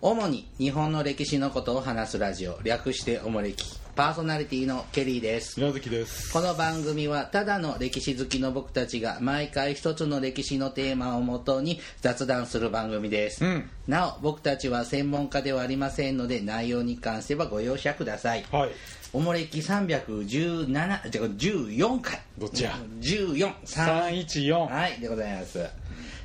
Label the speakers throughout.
Speaker 1: 主に日本の歴史のことを話すラジオ略しておもれきパーソナリティのケリーです
Speaker 2: 宮崎です
Speaker 1: この番組はただの歴史好きの僕たちが毎回一つの歴史のテーマをもとに雑談する番組です、
Speaker 2: うん
Speaker 1: なお僕たちは専門家ではありませんので内容に関してはご容赦ください
Speaker 2: はい
Speaker 1: おもれき317じゃあ14回
Speaker 2: どっちや
Speaker 1: 14 3
Speaker 2: 314は
Speaker 1: はいでございます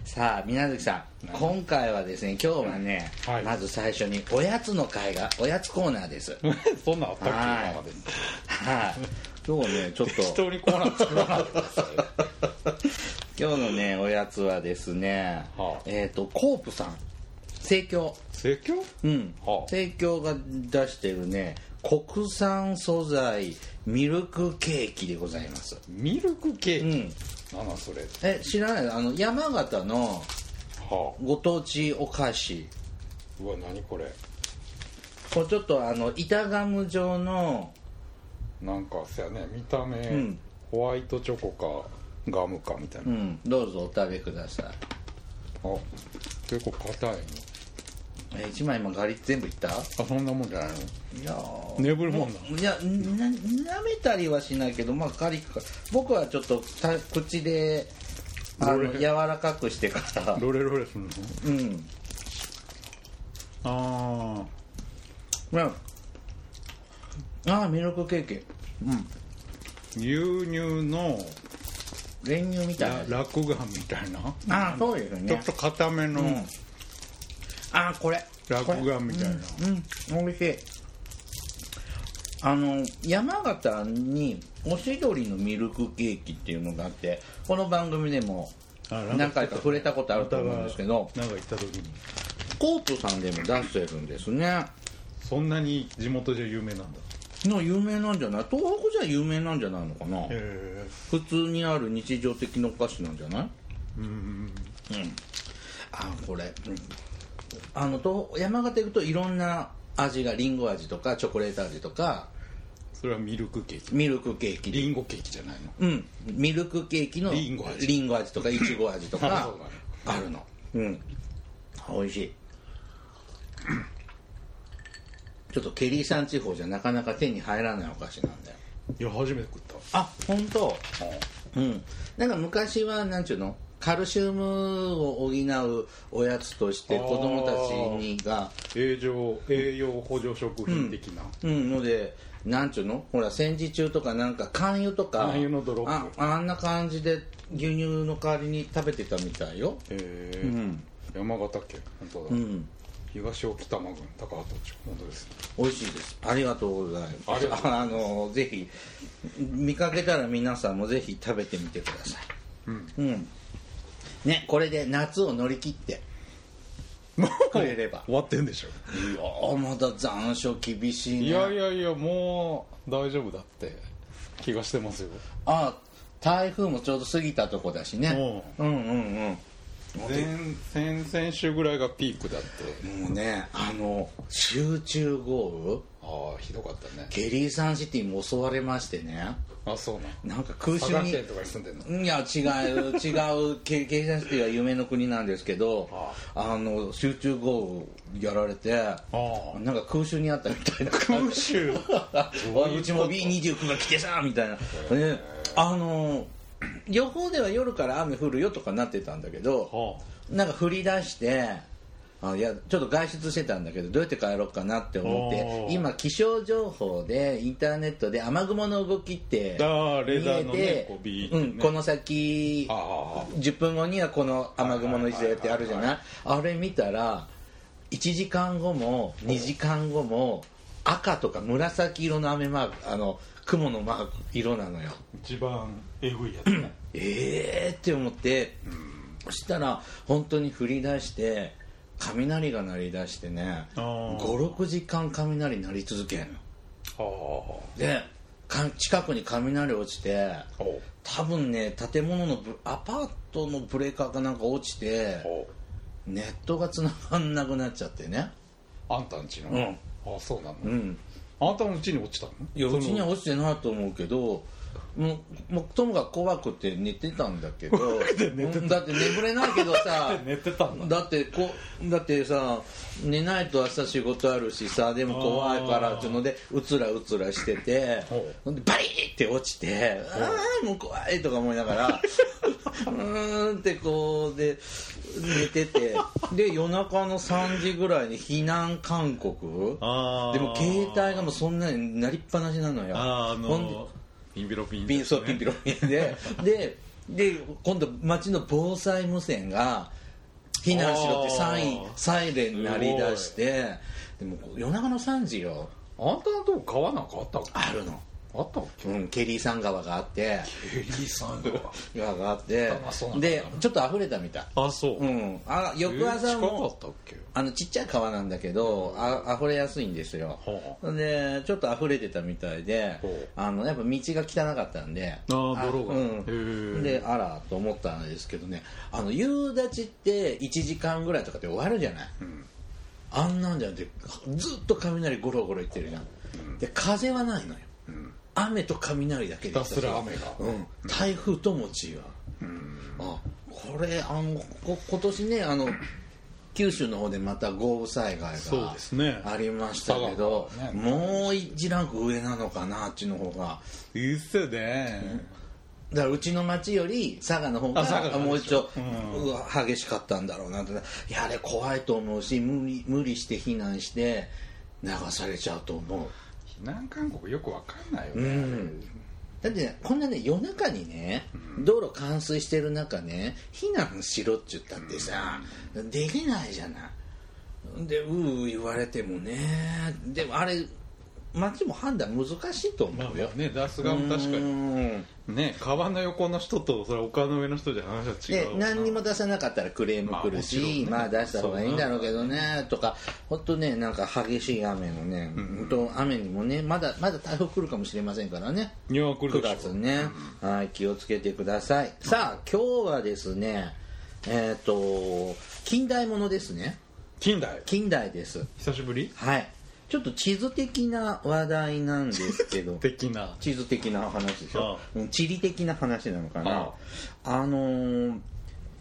Speaker 1: さあ皆月さん今回はですね今日はね、
Speaker 2: はい
Speaker 1: まず最初におやつの会がおやつコーナーです
Speaker 2: そんなんあったっけ
Speaker 1: はい
Speaker 2: 今まで
Speaker 1: はい今日ねちょっ
Speaker 2: 適
Speaker 1: と
Speaker 2: 当にコーナー作ら ないでくださいよ
Speaker 1: 今日のねおやつはですね、
Speaker 2: はあ
Speaker 1: えっ、とコープさん生協
Speaker 2: 盛況
Speaker 1: うん
Speaker 2: はあ
Speaker 1: 生協が出してるね国産素材ミルクケーキでございます
Speaker 2: ミルクケ
Speaker 1: う
Speaker 2: ー
Speaker 1: ん
Speaker 2: キなんなんそれ
Speaker 1: え知らないあの山形の
Speaker 2: はあ
Speaker 1: ご当地お菓子
Speaker 2: うわ何これ
Speaker 1: こうちょっとあの板ガム状の
Speaker 2: なんかせやね見た目、
Speaker 1: ん
Speaker 2: ホワイトチョコかガムかみたいうな、
Speaker 1: んどうぞお食べください
Speaker 2: あ結構硬いの
Speaker 1: え1枚今ガリッ全部いった
Speaker 2: あそんなもんじゃないの
Speaker 1: いやー
Speaker 2: 眠るもんない
Speaker 1: やな舐めたりはしないけどまあガリッか僕はちょっとた口であ
Speaker 2: ど
Speaker 1: の
Speaker 2: れ
Speaker 1: 柔らかくしてから
Speaker 2: ロレロレするの
Speaker 1: うん
Speaker 2: あ
Speaker 1: うんあーミルクケーキ
Speaker 2: ー牛乳の
Speaker 1: 練乳みたいな
Speaker 2: ら落眼みたいな
Speaker 1: あーそうです
Speaker 2: ちょっ
Speaker 1: ね
Speaker 2: と硬めの
Speaker 1: んあーこれ
Speaker 2: 落眼みたいな、
Speaker 1: うん美味しいあの山形におしどりのミルクケーキっていうのがあってこの番組でも
Speaker 2: あ
Speaker 1: 何回か触れたことあると思うんですけど
Speaker 2: なんか行った時に
Speaker 1: コープさんでも出してるんですね
Speaker 2: そんなに地元じゃ有名なんだ
Speaker 1: の有名なんじゃない東北じゃ有名なんじゃないのかな
Speaker 2: へ
Speaker 1: 普通にある日常的なお菓子なんじゃない
Speaker 2: えうん
Speaker 1: うんあこれ、うんあのと山形行くといろんな味がリンゴ味とかチョコレート味とか
Speaker 2: それはミルクケーキ
Speaker 1: ミルクケーキ
Speaker 2: リンゴケーキじゃないの
Speaker 1: うん、ミルクケーキの
Speaker 2: リンゴ味
Speaker 1: リンゴ味とかいちご味と
Speaker 2: あ
Speaker 1: か あ
Speaker 2: そうなの
Speaker 1: るのうん美味しいちょっとケリーさん地方じゃなかなか手に入らないお菓子なんだよ
Speaker 2: いや初めて食った
Speaker 1: あ本当。うんなんか昔はなんちゅうのカルシウムを補うおやつとして子供たちにが
Speaker 2: 栄養栄養補助食品的な、
Speaker 1: うんのでなんちゅうのほら戦時中とかなんか肝油とか
Speaker 2: 肝油のドロップ
Speaker 1: ああんな感じで牛乳の代わりに食べてたみたいよ
Speaker 2: へえ
Speaker 1: ん
Speaker 2: 山形県本当だ、
Speaker 1: うん
Speaker 2: 東沖多摩郡高畑町本当です
Speaker 1: 美味しいですありがとうございます
Speaker 2: ありがとうございます
Speaker 1: あのぜひ見かけたら皆さんもぜひ食べてみてくださいうん、ねこれで夏を乗り切って
Speaker 2: もう
Speaker 1: くれれば
Speaker 2: 終わってんでしょ
Speaker 1: いやーまだ残暑厳しいね
Speaker 2: いやいやいやもう大丈夫だって気がしてますよ
Speaker 1: あ台風もちょうど過ぎたとこだしねうんうんうん
Speaker 2: 前先々週ぐらいがピークだって
Speaker 1: もうねあの集中豪
Speaker 2: ああひどかったね
Speaker 1: 雨ケリーサンシティも襲われましてね
Speaker 2: あそうなの
Speaker 1: なんか空
Speaker 2: 佐
Speaker 1: 襲
Speaker 2: 賀
Speaker 1: に
Speaker 2: 県とかに住んでんの
Speaker 1: いや違う 違うけ経済シティは夢の国なんですけど
Speaker 2: あ
Speaker 1: あの集中豪雨やられて
Speaker 2: あ
Speaker 1: なんか空襲にあったみたいな
Speaker 2: 空襲
Speaker 1: おいうちも B29 が来てさみたいな、ね、あの予報では夜から雨降るよとかなってたんだけど
Speaker 2: は
Speaker 1: なんか降り出してあいやちょっと外出してたんだけどどうやって帰ろうかなって思っ
Speaker 2: お
Speaker 1: て
Speaker 2: ー
Speaker 1: 今気象情報でインターネットで雨雲の動きって
Speaker 2: あーレーダーのね
Speaker 1: 見えて
Speaker 2: こうビーって
Speaker 1: う
Speaker 2: ね
Speaker 1: ん、この先
Speaker 2: あああ
Speaker 1: 10分後にはこの雨雲の位置だよってあるじゃないあれ見たら1時間後も2時間後も赤とか紫色の雨マークあの雲のマーク色なのよ
Speaker 2: 一番えぐいやつね
Speaker 1: ええー、って思ってそしたら本当に降り出して雷が鳴り出してね
Speaker 2: あー
Speaker 1: 56時間雷鳴り続けんの
Speaker 2: ああ
Speaker 1: でか近くに雷落ちて
Speaker 2: お
Speaker 1: 多分ね建物のブアパートのブレーカーかなんか落ちて
Speaker 2: お
Speaker 1: ネットが繋がんなくなっちゃってね
Speaker 2: あんたんちの、
Speaker 1: うん
Speaker 2: ああそうなの、
Speaker 1: うん
Speaker 2: あんたのうちに落ちたの
Speaker 1: いやうちには
Speaker 2: 落
Speaker 1: 落ちてないと思うけどもうもうともかく怖くて寝てたんだけど
Speaker 2: て寝て
Speaker 1: うんだ
Speaker 2: た
Speaker 1: って眠れないけどさ
Speaker 2: 寝てたんだ
Speaker 1: だってこうだってさ寝ないと明日仕事あるしさでも怖いからっていうのでうつらうつらしてて
Speaker 2: ほう
Speaker 1: ほんでバリーって落ちて「ああもう怖い」とか思いながらうーんってこうで寝ててで夜中の3時ぐらいに避難勧告
Speaker 2: あー
Speaker 1: でも携帯がもうそんなになりっぱなしなのよ
Speaker 2: あーあ
Speaker 1: ほんで
Speaker 2: のピンピロピン
Speaker 1: ピンそうピンピロピンででで今度町の防災無線が避難しろってサイン
Speaker 2: あー
Speaker 1: サイレン鳴り出してでも夜中の3時よ
Speaker 2: あんたのとこ川なんかあったっけ
Speaker 1: あるの、
Speaker 2: あったっけ
Speaker 1: うん、ケリーさん川があって
Speaker 2: エリーさんが
Speaker 1: 川があって
Speaker 2: あそうなんだ
Speaker 1: でちょっと溢れたみたい、
Speaker 2: あそう、
Speaker 1: うん、あ翌
Speaker 2: えー
Speaker 1: 朝
Speaker 2: 近か
Speaker 1: も
Speaker 2: ったっけ
Speaker 1: あのちっちゃい川なんだけどあ溢れやすいんですよ
Speaker 2: は
Speaker 1: でちょっと溢れてたみたいで
Speaker 2: ほう
Speaker 1: あのやっぱ道が汚かったんであ
Speaker 2: ー泥が
Speaker 1: う
Speaker 2: へー
Speaker 1: ん、であらと思ったんですけどねあの夕立って1時間ぐらいとかで終わるじゃない、あんなんじゃなくてずっと雷ゴロゴロいってるじゃん、で風はないのよ、雨と雷だけで
Speaker 2: ひたすら雨が
Speaker 1: うん、台風とも違う、あこれあのこ今年ねあの九州の方でまた豪雨災害
Speaker 2: そう
Speaker 1: が
Speaker 2: ですね
Speaker 1: ありましたけど、
Speaker 2: 佐賀の方
Speaker 1: もう一ランク上なのかなあっちの方が
Speaker 2: いいっすよね
Speaker 1: だからうちの町より佐賀の方が
Speaker 2: あ佐賀が
Speaker 1: もう一度、
Speaker 2: う
Speaker 1: うわ激しかったんだろうなっていやあれ怖いと思うし無理無理して避難して流されちゃうと思う
Speaker 2: 避難勧告よくわかんないよ
Speaker 1: う
Speaker 2: ね
Speaker 1: んだって、ね、こんなね夜中にね道路冠水してる中ね避難しろって言ったってさ、できないじゃないでうーうー言われてもねでもあれ町も判断難しいと
Speaker 2: まあ
Speaker 1: 思う
Speaker 2: ま
Speaker 1: よ、
Speaker 2: あね出す側も確か
Speaker 1: う
Speaker 2: に
Speaker 1: ん
Speaker 2: ね川の横の人とそれは丘の上の人じゃ話は違
Speaker 1: で
Speaker 2: う
Speaker 1: 何にも出さなかったらクレーム来る
Speaker 2: まあもち
Speaker 1: し、
Speaker 2: ろんね
Speaker 1: まあ出した方がいいんだろうけどねとか本当ねなんか激しい雨のね、本当雨にもねまだまだ台風来るかもしれませんからね
Speaker 2: いや来る
Speaker 1: 9
Speaker 2: でしょ
Speaker 1: 月ね、はい気をつけてくださいさあ今日はですねえっ、と近代ものですね
Speaker 2: 近代
Speaker 1: 近代です
Speaker 2: 久しぶり
Speaker 1: はいちょっと地図的な話題なんですけ ど
Speaker 2: 的な
Speaker 1: 地図的な話でしょ
Speaker 2: あ
Speaker 1: うん地理的な話なのかな
Speaker 2: あ
Speaker 1: あのー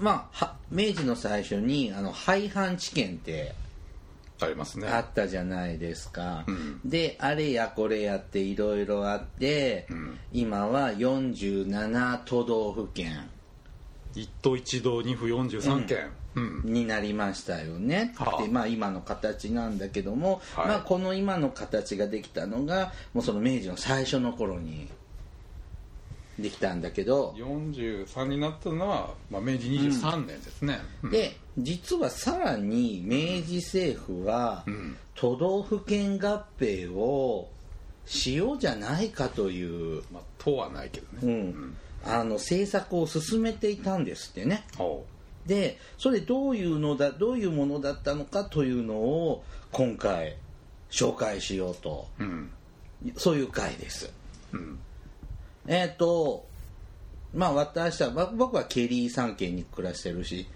Speaker 1: まあは明治の最初にあの廃藩置県って
Speaker 2: ありますね
Speaker 1: あったじゃないですか、
Speaker 2: うん
Speaker 1: であれやこれやっていろいろあって、
Speaker 2: ん
Speaker 1: 今は47都道府県
Speaker 2: 一都一道二府四十三県うん
Speaker 1: になりましたよね、
Speaker 2: はあ
Speaker 1: でまあ今の形なんだけども、
Speaker 2: はい
Speaker 1: まあ、この今の形ができたのがもうその明治の最初の頃にできたんだけど、
Speaker 2: 四十三になったのはまあ明治二十三年ですねうん
Speaker 1: で実はさらに明治政府は
Speaker 2: うん
Speaker 1: 都道府県合併をしようじゃないかという、
Speaker 2: まあ党はないけど
Speaker 1: う
Speaker 2: ね
Speaker 1: ん、あの政策を進めていたんですってね
Speaker 2: ほ
Speaker 1: でそれどういうのだどういうものだったのかというのを今回紹介しようと
Speaker 2: ううん
Speaker 1: そういう回です
Speaker 2: うん
Speaker 1: えっ、とまあ私はま僕はケリー山県に暮らしてるし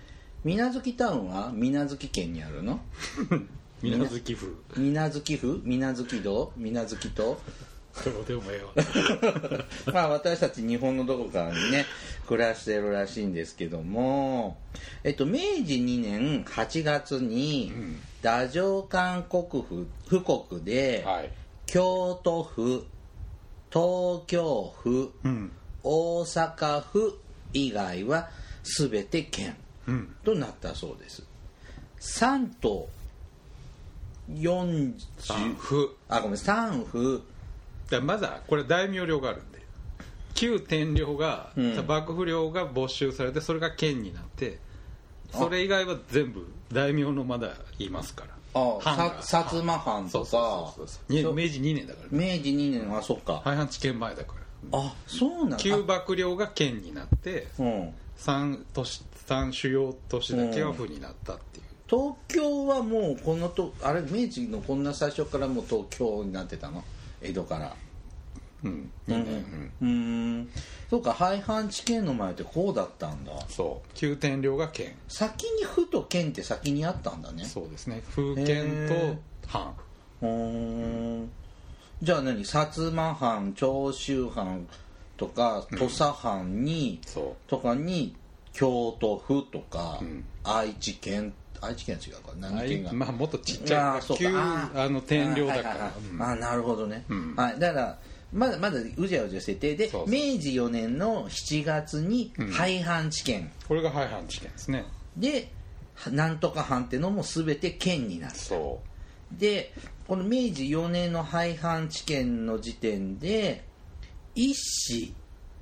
Speaker 1: 水無月タウンは水無月県にあるの
Speaker 2: 水無月 府
Speaker 1: 水無月府水無月道水無月島
Speaker 2: どうでもええ わ
Speaker 1: まあ私たち日本のどこかにね暮らしてるらしいんですけども、えっと、明治2年8月に
Speaker 2: うん
Speaker 1: 太政官国府府国で、
Speaker 2: はい
Speaker 1: 京都府東京府
Speaker 2: うん
Speaker 1: 大阪府以外は全て県
Speaker 2: うん
Speaker 1: となったそうです3都40
Speaker 2: 三府
Speaker 1: あごめん3府
Speaker 2: だからまだこれ大名領があるんで旧天領が、
Speaker 1: うん
Speaker 2: 幕府領が没収されてそれが県になってそれ以外は全部大名のまだいますから
Speaker 1: あ
Speaker 2: 藩
Speaker 1: さ
Speaker 2: が
Speaker 1: 薩摩藩
Speaker 2: そ
Speaker 1: と
Speaker 2: う
Speaker 1: か
Speaker 2: そうそうそうに
Speaker 1: そう
Speaker 2: 明治2年だからね
Speaker 1: 明治2年はそっか
Speaker 2: 廃藩置県前だから
Speaker 1: あそうなんだ
Speaker 2: 旧幕領が県になって
Speaker 1: うん
Speaker 2: 三都市三主要都市だけは府になったっていう、
Speaker 1: 東京はもうこのとあれ明治のこんな最初からもう東京になってたの江戸から
Speaker 2: うん
Speaker 1: う
Speaker 2: 2
Speaker 1: ん
Speaker 2: 年、
Speaker 1: うーんそうか廃藩置県の前ってこうだったんだ
Speaker 2: そう旧天領が県
Speaker 1: 先に府と県って先にあったんだね
Speaker 2: そうですね府県と藩
Speaker 1: うーんじゃあ何薩摩藩長州藩とか土佐藩に、
Speaker 2: そ
Speaker 1: とかに京都府とか、
Speaker 2: うん
Speaker 1: 愛知県愛知県は違うか
Speaker 2: う
Speaker 1: 何県が
Speaker 2: まあもっとちっちゃい
Speaker 1: ーそう
Speaker 2: 旧
Speaker 1: かー
Speaker 2: あの天領だか
Speaker 1: はいはい
Speaker 2: ら
Speaker 1: はい
Speaker 2: うん
Speaker 1: あーなるほどね、
Speaker 2: うん
Speaker 1: はい、だからまだまだうじゃうじゃしててで
Speaker 2: そうそう
Speaker 1: 明治4年の7月に
Speaker 2: うん
Speaker 1: 廃藩置県、
Speaker 2: これが廃藩置県ですね
Speaker 1: でなんとか藩ってのも全て県になる
Speaker 2: そ
Speaker 1: でこの明治4年の廃藩置県の時点で一市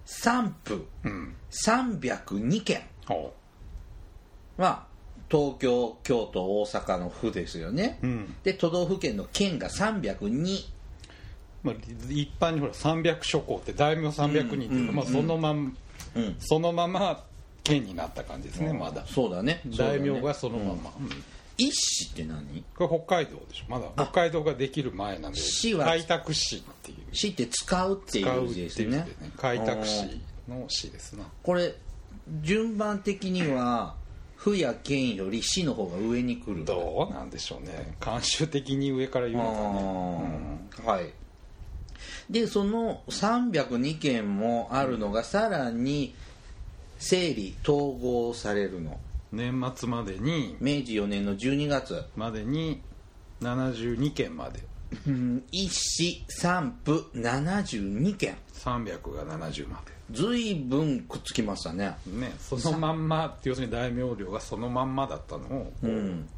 Speaker 1: 三府
Speaker 2: ううん
Speaker 1: 302県
Speaker 2: ほ
Speaker 1: は東京京都大阪の府ですよね、
Speaker 2: ううん
Speaker 1: で都道府県の県が302
Speaker 2: まあ、一般にほら300諸侯って大名300人っていうか、
Speaker 1: うん
Speaker 2: まあ、そのまん、
Speaker 1: うん
Speaker 2: そのまま県になった感じですね、まだ
Speaker 1: そうだね
Speaker 2: 大名が
Speaker 1: そうだね
Speaker 2: そのまま、うん
Speaker 1: 一市って何
Speaker 2: これ北海道でしょまだ北海道ができる前なんで
Speaker 1: 市は
Speaker 2: 開拓市っていう
Speaker 1: 市って使うって
Speaker 2: 使
Speaker 1: いうう
Speaker 2: って
Speaker 1: 字
Speaker 2: い
Speaker 1: で
Speaker 2: う
Speaker 1: す
Speaker 2: 字で
Speaker 1: ね
Speaker 2: ね開拓
Speaker 1: う
Speaker 2: 市
Speaker 1: ん
Speaker 2: の市ですな
Speaker 1: これ順番的には府や県より市の方が上に来る
Speaker 2: どうなんでしょうね慣習的に上から言う
Speaker 1: あ
Speaker 2: のかね、
Speaker 1: ーはいでその302件もあるのがさらに整理統合されるの
Speaker 2: うん年末までに
Speaker 1: 明治4年の12月
Speaker 2: までに72県まで
Speaker 1: うん一市三府72件
Speaker 2: 300が70まで
Speaker 1: ずいぶんくっつきましたね
Speaker 2: ね、そのまんま要するに大名領がそのまんまだったのをこう、
Speaker 1: うん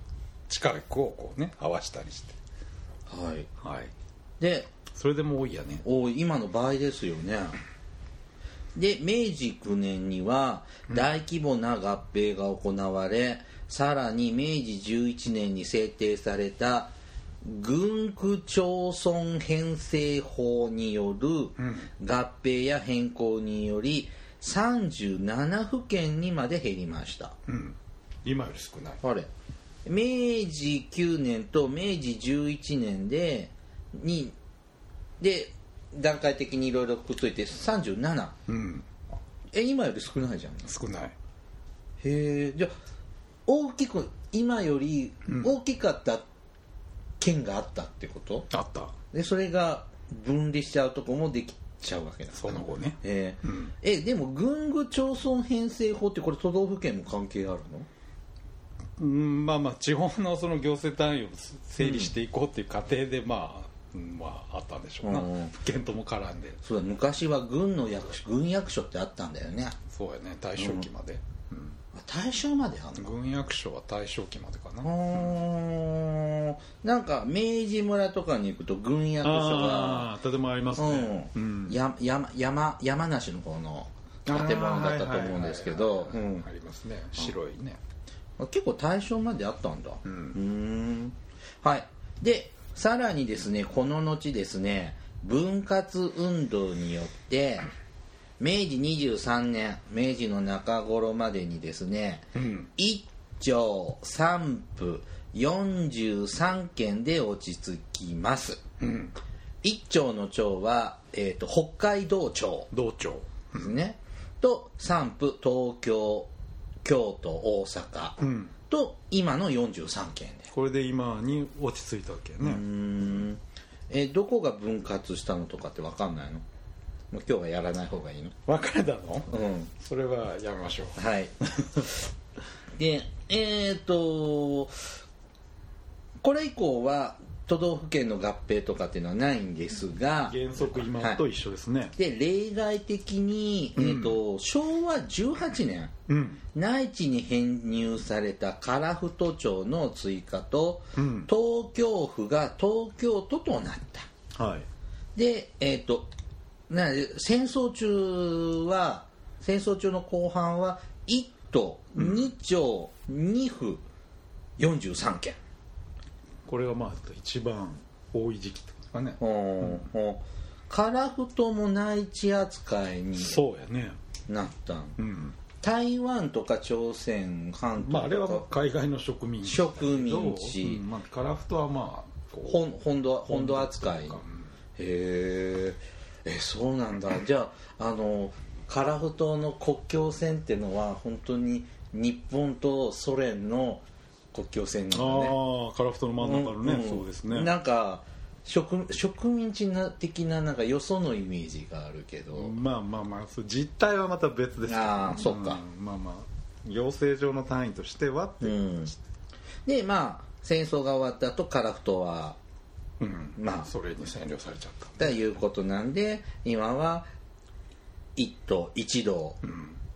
Speaker 2: 力をこうね合わしたりして、
Speaker 1: はい
Speaker 2: はい、
Speaker 1: で
Speaker 2: それでも多いやね
Speaker 1: お今の倍ですよねで明治9年には大規模な合併が行われ、さらに明治11年に制定された軍区町村編成法による合併や変更により37府県にまで減りました
Speaker 2: うん今より少ない
Speaker 1: あれ明治9年と明治11年でにで段階的にいろいろくっついて37
Speaker 2: うん
Speaker 1: え今より少ないじゃんへ
Speaker 2: 少ない
Speaker 1: えじゃあ大きく今より大きかった県があったってこと、
Speaker 2: あった
Speaker 1: でそれが分離しちゃうとこもできちゃうわけだ
Speaker 2: その後ね
Speaker 1: えー
Speaker 2: うん
Speaker 1: えでも軍具町村編成法ってこれ都道府県も関係あるの
Speaker 2: うんまあまあ地方のその行政単位を整理していこうっていう過程でまあ、うんまああったんでしょうな、
Speaker 1: うん
Speaker 2: 府県とも絡んで
Speaker 1: そうだ昔は軍の役所軍役所ってあったんだよね
Speaker 2: そうやね大正期まで、うん
Speaker 1: あ大正まであんの
Speaker 2: 軍役所は大正期までかな、
Speaker 1: うーんなんか明治村とかに行くと軍役所が
Speaker 2: ああ建物ありますね、
Speaker 1: うんや山山山梨の方の建物だったと思うんですけど
Speaker 2: あーはいはいはいはい
Speaker 1: うん
Speaker 2: ありますね白いね
Speaker 1: 結構大正まであったんだう
Speaker 2: う
Speaker 1: んーんはいでさらにですねこの後ですね分割運動によって明治23年明治の中頃までにですね、
Speaker 2: うん
Speaker 1: 一丁三府43件で落ち着きます、
Speaker 2: うん
Speaker 1: 一丁の町は、えー、と北海道町
Speaker 2: 道庁
Speaker 1: ですね、と三府東京京都大阪、
Speaker 2: うん
Speaker 1: と今の43件で
Speaker 2: これで今に落ち着いたわけやね、
Speaker 1: うーんえーどこが分割したのとかって分かんないのもう今日はやらない方がいいの
Speaker 2: 別れたの
Speaker 1: うん
Speaker 2: それはやめましょう
Speaker 1: はい。 で、えっ、と、これ以降は都道府県の合併とかっていうのはないんですが、
Speaker 2: 原則今のと一緒ですね、
Speaker 1: で例外的に、えーと昭和18年、
Speaker 2: うん
Speaker 1: 内地に編入された樺太町の追加と、
Speaker 2: うん
Speaker 1: 東京府が東京都となった。
Speaker 2: はい
Speaker 1: で、えっ、と、な戦争中は、戦争中の後半は、1都、2町、2府、43件。
Speaker 2: これがまあ一番多い時期ってことかね
Speaker 1: うん、樺太も内地扱いに
Speaker 2: そうやね
Speaker 1: なったん
Speaker 2: うん
Speaker 1: 台湾とか朝鮮半島とか、
Speaker 2: まああれはまあ海外の植民地だけど
Speaker 1: 植民地
Speaker 2: うんまあカラフトはまあこう
Speaker 1: 本本土本土扱いへ
Speaker 2: うん
Speaker 1: ええそうなんだじゃああの樺太の国境線ってのは本当に日本とソ連の国境線なんだね
Speaker 2: ああカラフトの真ん中のね、
Speaker 1: ん
Speaker 2: そうですね
Speaker 1: なんか植植民地な的ななんかよそのイメージがあるけど、
Speaker 2: まあまあまあそう実態はまた別ですけど
Speaker 1: あーそっか
Speaker 2: んまあまあ行政上の単位としてはって
Speaker 1: う
Speaker 2: いう、
Speaker 1: ん、でまあ戦争が終わった後カラフトは
Speaker 2: うん
Speaker 1: まあ
Speaker 2: それに占領されちゃった
Speaker 1: ということなんで今は1都1道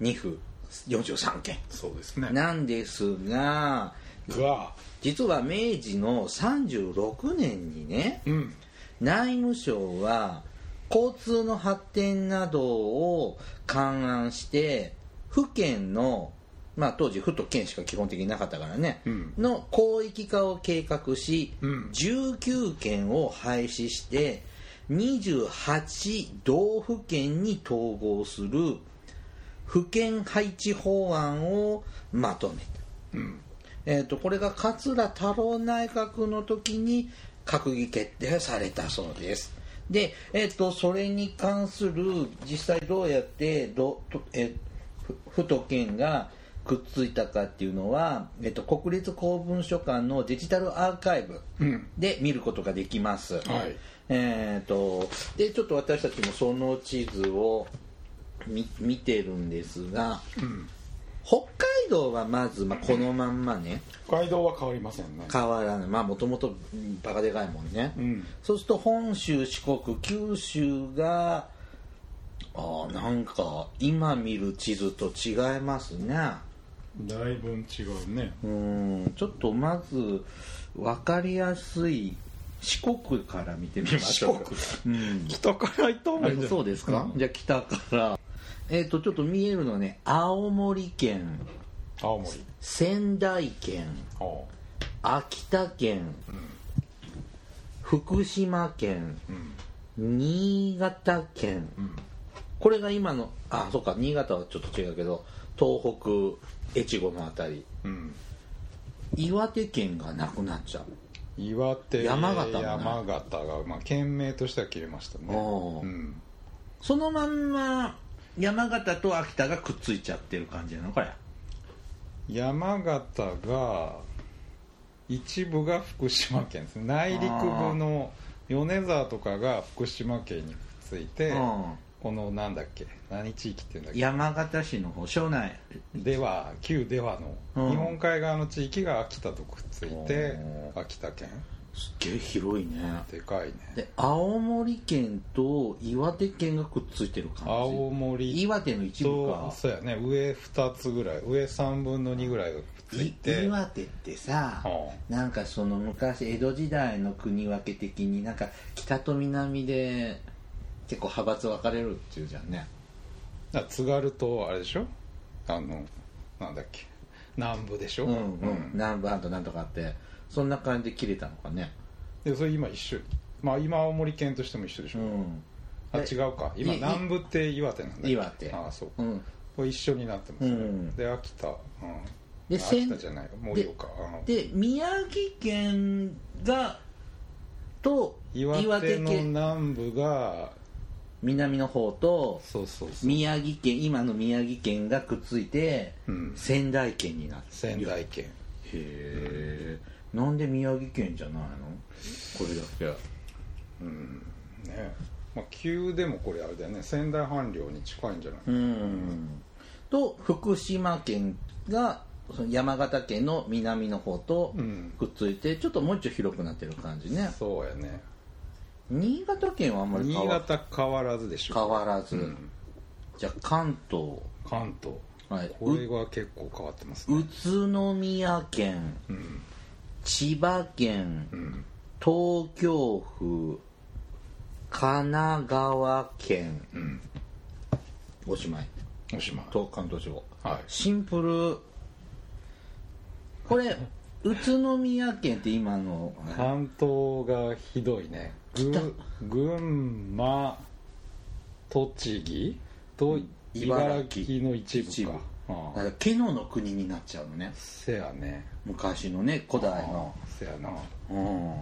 Speaker 1: 2府43県
Speaker 2: そうですね
Speaker 1: なんですが
Speaker 2: が
Speaker 1: 実は明治の36年にね
Speaker 2: うん
Speaker 1: 内務省は交通の発展などを勘案して府県のまあ当時府と県しか基本的になかったからね、
Speaker 2: うん
Speaker 1: の広域化を計画し、
Speaker 2: うん
Speaker 1: 19県を廃止して28道府県に統合する府県配置法案をまとめた。
Speaker 2: うん
Speaker 1: えー、とこれが桂太郎内閣の時に閣議決定されたそうですで、えー、とそれに関する実際どうやってどと、えーふ府と県がくっついたかっていうのは、えー、と国立公文書館のデジタルアーカイブ
Speaker 2: うん
Speaker 1: で見ることができます、
Speaker 2: はい
Speaker 1: えー、とでちょっと私たちもその地図を見見てるんですが
Speaker 2: うん
Speaker 1: 北海道はまず、まあ、このまんまね、
Speaker 2: 北海道は変わりませんね
Speaker 1: 変わらないまあもともとうんバカでかいもんね、
Speaker 2: うん
Speaker 1: そうすると本州四国九州があーなんか今見る地図と違いますね
Speaker 2: だいぶん違うね
Speaker 1: うんちょっとまず分かりやすい四国から見てみましょうかうん
Speaker 2: 北から行った方
Speaker 1: あ
Speaker 2: がいいんじゃない
Speaker 1: そうですか、じゃあ北からえっ、とちょっと見えるのね青森県
Speaker 2: 青森
Speaker 1: 仙台県
Speaker 2: ああ
Speaker 1: 秋田県、福島県、新潟県、これが今のあそうか新潟はちょっと違うけど東北越後のあたり
Speaker 2: うん
Speaker 1: 岩手県がなくなっちゃう
Speaker 2: 岩手
Speaker 1: 山形もね
Speaker 2: 山形が、まあ、県名としては切れましたね
Speaker 1: おー
Speaker 2: うん、
Speaker 1: そのまんま山形と秋田がくっついちゃってる感じなのこれ
Speaker 2: 山形が一部が福島県ですね内陸部の米沢とかが福島県にくっついて、
Speaker 1: うん
Speaker 2: このなんだっけ何地域っていうんだっけ
Speaker 1: 山形市の方庄内
Speaker 2: では旧ではの、
Speaker 1: うん
Speaker 2: 日本海側の地域が秋田とくっついて
Speaker 1: お
Speaker 2: 秋田県
Speaker 1: すっげえ広いね
Speaker 2: でかいね
Speaker 1: で青森県と岩手県がくっついてる感じ
Speaker 2: 青森
Speaker 1: 岩手の一部
Speaker 2: と
Speaker 1: か
Speaker 2: そうやね上2つぐらい上3分の2ぐらいがくっつい
Speaker 1: い
Speaker 2: て
Speaker 1: 岩手ってさ、
Speaker 2: う
Speaker 1: なんかその昔江戸時代の国分け的になんか北と南で結構派閥分かれるっていうじゃんね
Speaker 2: だから津軽とあれでしょあのなんだっけ南部でしょ、
Speaker 1: うんうん、南部あとなんとかあってそんな感じで切れたのかね
Speaker 2: でそれ今一緒まあ今青森県としても一緒でし
Speaker 1: う
Speaker 2: ょ、
Speaker 1: ん
Speaker 2: あ違うか今
Speaker 1: いい
Speaker 2: 南部って岩手なんだっけ
Speaker 1: 岩手
Speaker 2: ああそうか、
Speaker 1: うん
Speaker 2: これ一緒になってますね、
Speaker 1: うん
Speaker 2: で秋田、うん、
Speaker 1: で
Speaker 2: あ
Speaker 1: せん
Speaker 2: 秋田じゃない盛岡うん
Speaker 1: で宮城県がと
Speaker 2: 岩手の
Speaker 1: 県
Speaker 2: 南部が
Speaker 1: 南の方と
Speaker 2: そうそうそう
Speaker 1: 宮城県今の宮城県がくっついて、
Speaker 2: うん
Speaker 1: 仙台県になって
Speaker 2: 仙台県
Speaker 1: へえんで宮城県じゃないのこれだけ
Speaker 2: ねまあ急でもこれあれだよね仙台半領に近いんじゃない、
Speaker 1: うんと福島県がその山形県の南の方と
Speaker 2: うん
Speaker 1: くっついてちょっともう一丁広くなってる感じね
Speaker 2: そうやね
Speaker 1: 新潟県はあんまり
Speaker 2: 新
Speaker 1: 変わ
Speaker 2: 潟変わらずでしょ
Speaker 1: 変わらず、
Speaker 2: ん
Speaker 1: じゃあ関東
Speaker 2: 関東
Speaker 1: はい
Speaker 2: これが結構変わってますね
Speaker 1: 宇都宮県
Speaker 2: うん
Speaker 1: 千葉県
Speaker 2: うん
Speaker 1: 東京府神奈川県
Speaker 2: うん
Speaker 1: おしまい
Speaker 2: おしまい
Speaker 1: と関東地方
Speaker 2: はい
Speaker 1: シンプルこれ宇都宮県って今の
Speaker 2: 関東がひどいねぐ群馬栃木と茨城の一部か
Speaker 1: 一部だ
Speaker 2: ああ
Speaker 1: からケノの国になっちゃうのね
Speaker 2: せやね
Speaker 1: 昔のね古代
Speaker 2: あ
Speaker 1: の
Speaker 2: あせやな
Speaker 1: うん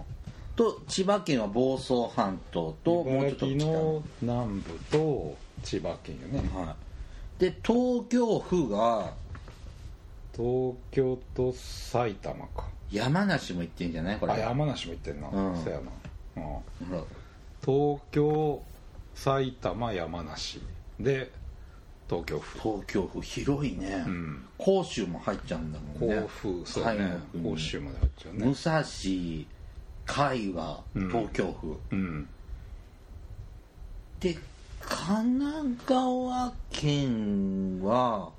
Speaker 1: と千葉県は房総半島ともう
Speaker 2: 茨
Speaker 1: ちょっと
Speaker 2: 城
Speaker 1: 北の
Speaker 2: の南部と千葉県よね
Speaker 1: はいで東京府が
Speaker 2: 東京と埼玉か
Speaker 1: 山梨も行ってんじゃないこれ
Speaker 2: あ山梨も行ってんな、
Speaker 1: うん
Speaker 2: せやなうん
Speaker 1: ほら
Speaker 2: 東京埼玉山梨で東京府
Speaker 1: 東京府広いね、
Speaker 2: ん
Speaker 1: 甲州も入っちゃうんだもんね
Speaker 2: 甲府そうだね
Speaker 1: はい
Speaker 2: 甲州まで入っちゃう
Speaker 1: 武
Speaker 2: ね
Speaker 1: 蔵海は
Speaker 2: うん
Speaker 1: 東京府、
Speaker 2: うん
Speaker 1: で神奈川県は、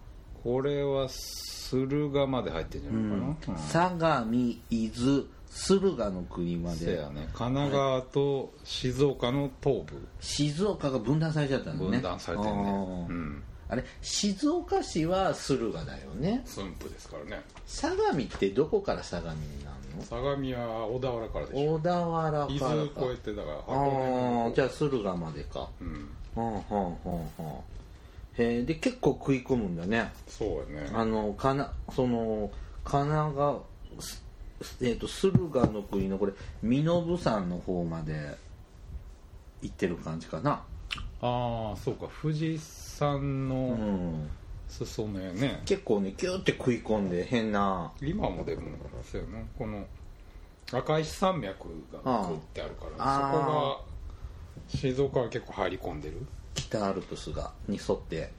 Speaker 2: これは駿河まで入ってんじゃ
Speaker 1: う
Speaker 2: ないかな、
Speaker 1: ん
Speaker 2: うん
Speaker 1: 相模伊豆駿河の国ま
Speaker 2: せ
Speaker 1: で
Speaker 2: やね神奈川と静岡の東部
Speaker 1: 静岡が分断されちゃったんだね
Speaker 2: 分断されてるね
Speaker 1: あ
Speaker 2: う
Speaker 1: ー
Speaker 2: ん
Speaker 1: あれ静岡市は駿河だよね
Speaker 2: 駿府ですからね
Speaker 1: 相模ってどこから相模になるの
Speaker 2: 相模は小田原からでしょ
Speaker 1: 小田原からか
Speaker 2: 伊豆越えてだから
Speaker 1: ああじゃ
Speaker 2: ゃ
Speaker 1: あ駿河までか
Speaker 2: うん
Speaker 1: うんうんうんうんへえで結構食い込むんだね
Speaker 2: そうやね
Speaker 1: あのかなその神奈川すえー、と駿河の国のこれ身延山の方まで行ってる感じかな
Speaker 2: ああそうか富士山
Speaker 1: う
Speaker 2: の
Speaker 1: ん
Speaker 2: 裾野やね、
Speaker 1: 結構ねキューって食い込んで変な
Speaker 2: 今もでもそうやなこの赤石山脈がグってあるから、
Speaker 1: ああ
Speaker 2: そこが静岡は結構入り込んでる
Speaker 1: 北アルプスがに沿って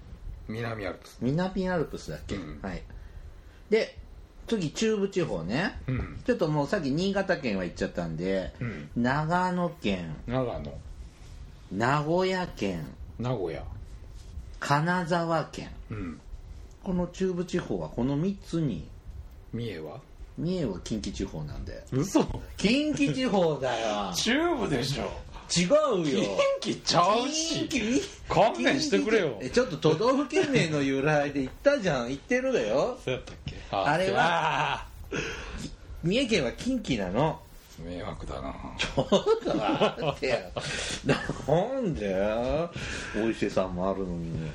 Speaker 2: 南アルプス
Speaker 1: 南アルプスだっけ、
Speaker 2: うん
Speaker 1: はいで次中部地方ね、
Speaker 2: うん
Speaker 1: ちょっともうさっき新潟県は行っちゃったんで、
Speaker 2: うん
Speaker 1: 長野県
Speaker 2: 長野
Speaker 1: 名古屋県
Speaker 2: 名古屋
Speaker 1: 金沢県
Speaker 2: うん
Speaker 1: この中部地方はこの3つに
Speaker 2: 三重は
Speaker 1: 三重は近畿地方なんで
Speaker 2: 嘘
Speaker 1: 近畿地方だよ
Speaker 2: 中部でしょ
Speaker 1: 違うよ
Speaker 2: 気ちゃ
Speaker 1: 近畿
Speaker 2: 勘弁してくれよ
Speaker 1: えちょっと都道府県名の由来で言ったじゃん言ってるだよ
Speaker 2: そうやったっけ
Speaker 1: あれは
Speaker 2: あ
Speaker 1: 三重県は近畿なの
Speaker 2: ー迷惑だな
Speaker 1: ちょっと待ってよなんでお伊勢さんもあるのにね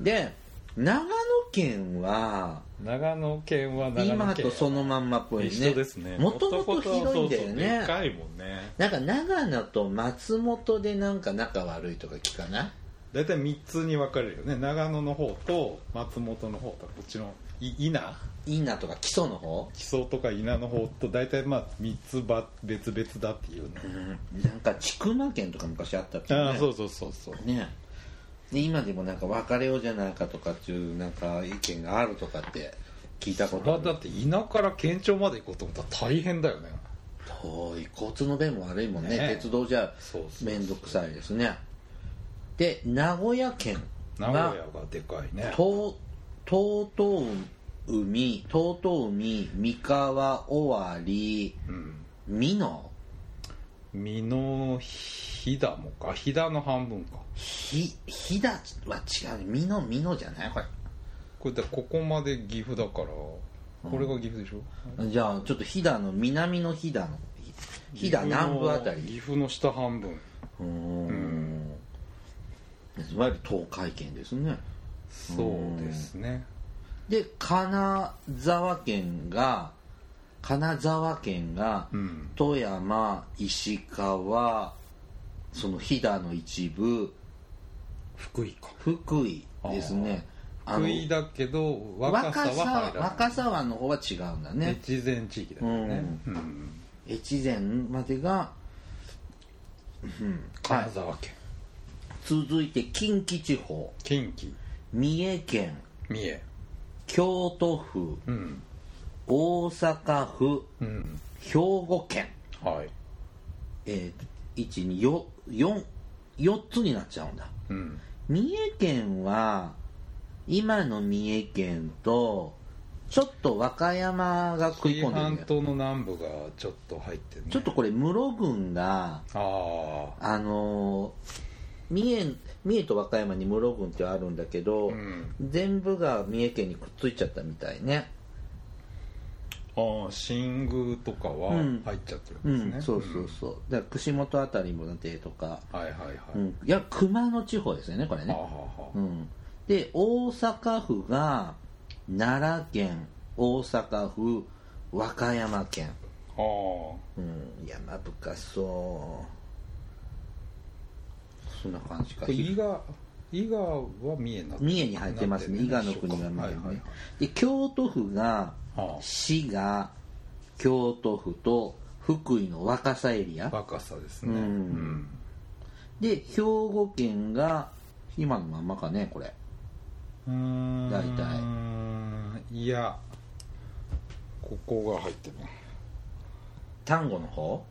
Speaker 1: で長野県は
Speaker 2: 長野県は長野県
Speaker 1: 今とそのまんまっぽいね
Speaker 2: 一緒ですね
Speaker 1: もともと広いんだよ
Speaker 2: そうそう
Speaker 1: ね
Speaker 2: でかいもんね
Speaker 1: なんか長野と松本でなんか仲悪いとか聞かない
Speaker 2: 大体3つに分かれるよね長野の方と松本の方とこっちのい稲
Speaker 1: いいなとか基礎の方
Speaker 2: 木曽とか稲の方と大体まあ3つば別々だっていうね
Speaker 1: なんか千曲県とか昔あったっけね
Speaker 2: ああそうそうそうそう
Speaker 1: ねで今でもなんか別れようじゃないかとかっていうなんか意見があるとかって聞いたこ
Speaker 2: それ
Speaker 1: とあ
Speaker 2: は
Speaker 1: る
Speaker 2: だって稲から県庁まで行こうと思ったら大変だよね
Speaker 1: 遠い交通の便も悪いもんね
Speaker 2: ねえ
Speaker 1: 鉄道じゃ
Speaker 2: そうそうそう
Speaker 1: 面倒くさいですねで名古屋県
Speaker 2: 名古
Speaker 1: が
Speaker 2: 屋がでかいね
Speaker 1: 東東東海東東海三河尾張
Speaker 2: うん
Speaker 1: 美濃
Speaker 2: 美濃飛騨もか飛騨の半分か
Speaker 1: ひ飛騨は違う美濃美濃じゃないこ
Speaker 2: これだここまで岐阜だからこれが岐阜でしょ
Speaker 1: れじゃあちょっと飛騨の南の飛騨の飛騨南部あたり
Speaker 2: 岐阜の下半分
Speaker 1: うーんいわゆる東海圏ですね
Speaker 2: そうですね
Speaker 1: で金沢県が金沢県が
Speaker 2: うん
Speaker 1: 富山石川その飛騨の一部
Speaker 2: 福井か
Speaker 1: 福井ですねあの
Speaker 2: 福井だけど若
Speaker 1: 若
Speaker 2: さは
Speaker 1: 狭
Speaker 2: 入らない
Speaker 1: 若狭湾の方は違うんだね
Speaker 2: 越前地域だからね、うん
Speaker 1: 越前までが、うんは
Speaker 2: 金
Speaker 1: い、
Speaker 2: 沢県
Speaker 1: 続いて近畿地方
Speaker 2: 近畿
Speaker 1: 三重県
Speaker 2: 三重
Speaker 1: 京都府
Speaker 2: うん
Speaker 1: 大阪府
Speaker 2: うん
Speaker 1: 兵庫県
Speaker 2: はい
Speaker 1: えー、1 2 4つになっちゃうんだ
Speaker 2: うん
Speaker 1: 三重県は今の三重県とちょっと和歌山が食い
Speaker 2: 紀伊
Speaker 1: 込んでるん
Speaker 2: 半
Speaker 1: だよ
Speaker 2: 島の南部がちょっと入ってるね
Speaker 1: ちょっとこれ室郡が
Speaker 2: ああ
Speaker 1: あのー三重三重と和歌山に室郡ってあるんだけど、
Speaker 2: うん
Speaker 1: 全部が三重県にくっついちゃったみたいね
Speaker 2: ああ新宮とかは
Speaker 1: うん
Speaker 2: 入っちゃってる
Speaker 1: うんん
Speaker 2: ですね、
Speaker 1: そうそうそうだから串本あたりもなんてとか、
Speaker 2: うんはいはいはい、
Speaker 1: うん、いや熊野地方ですよねこれね
Speaker 2: はあ、はあはあ
Speaker 1: うん、で大阪府が奈良県大阪府和歌山県、
Speaker 2: あ
Speaker 1: うん、山深そうそんな感じ
Speaker 2: あ
Speaker 1: か
Speaker 2: これ伊賀伊賀は三重になってる
Speaker 1: 三重に入ってますね伊賀の国がま
Speaker 2: は
Speaker 1: だ
Speaker 2: い
Speaker 1: ね、
Speaker 2: はいはい
Speaker 1: で京都府が
Speaker 2: ああ
Speaker 1: 滋賀京都府と福井の若狭エリア
Speaker 2: 若さですね、
Speaker 1: うんで兵庫県が今のまんまかねこれ
Speaker 2: うんうん
Speaker 1: 大
Speaker 2: 体いやここが入ってる
Speaker 1: 丹後の方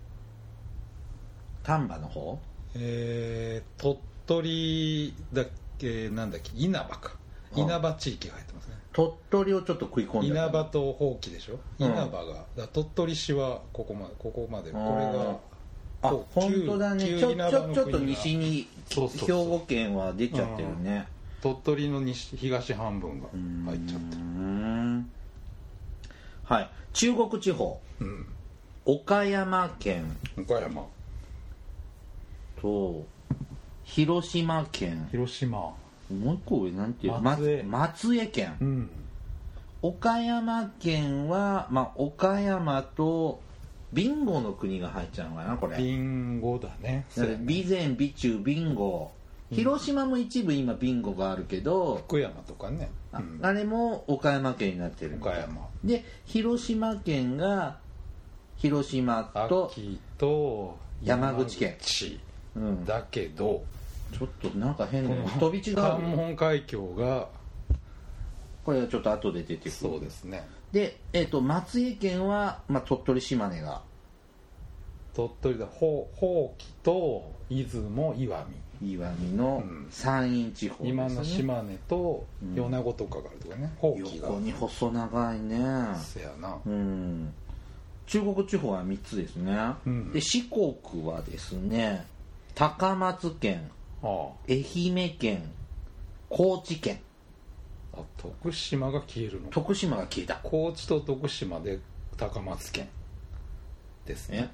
Speaker 1: 丹波の方
Speaker 2: えー、鳥取だっけなんだっけ稲葉か
Speaker 1: あ
Speaker 2: 稲葉地域が入ってますね
Speaker 1: 鳥取をちょっと食い込んで
Speaker 2: 稲葉と放棄でしょ、
Speaker 1: うん
Speaker 2: 稲葉がだから鳥取市はここまでここまでこれ
Speaker 1: あ
Speaker 2: が
Speaker 1: 本当だねちょちょちょっと西
Speaker 2: に
Speaker 1: に
Speaker 2: そうそうそう
Speaker 1: 兵庫県は出ちゃってるね
Speaker 2: 鳥取の西東半分が入っちゃって
Speaker 1: うーんはい中国地方
Speaker 2: るうん
Speaker 1: 岡山県
Speaker 2: 岡山
Speaker 1: と広島県
Speaker 2: 広島
Speaker 1: もう一個上なんていう
Speaker 2: 松江
Speaker 1: ま松江県
Speaker 2: うん
Speaker 1: 岡山県は、まあ、岡山とビンゴの国が入っちゃうのかなこれ
Speaker 2: リンゴだね
Speaker 1: だから備前備中ビンゴ広島も一部今ビンゴがあるけど、
Speaker 2: 福山とかね、
Speaker 1: あ
Speaker 2: うん
Speaker 1: あれも岡山県になってるみたい
Speaker 2: 岡山
Speaker 1: で広島県が広島と、
Speaker 2: 秋と
Speaker 1: 山口県
Speaker 2: 山口
Speaker 1: うん、ち
Speaker 2: だけど
Speaker 1: ょっとなんか変な
Speaker 2: この
Speaker 1: 飛び地があ
Speaker 2: 関
Speaker 1: る
Speaker 2: 門海峡が
Speaker 1: これはちょっと後で出てくる
Speaker 2: そうですね
Speaker 1: で、えー、と松江県は、まあ、鳥取島根が
Speaker 2: 鳥取だほほうきと出雲石見
Speaker 1: 岩見の
Speaker 2: うん
Speaker 1: 山陰地方です、ね
Speaker 2: 今の島根と
Speaker 1: うん
Speaker 2: 米子とかがあるとかねほうきが
Speaker 1: 横に細長いね
Speaker 2: せやな
Speaker 1: うん中国地方は3つですね、
Speaker 2: うん
Speaker 1: で四国はですね高松県
Speaker 2: あ
Speaker 1: 愛媛県高知県
Speaker 2: ああ徳島が消えるの
Speaker 1: 徳島が消えた
Speaker 2: 高知と徳島で高松県ですね
Speaker 1: ね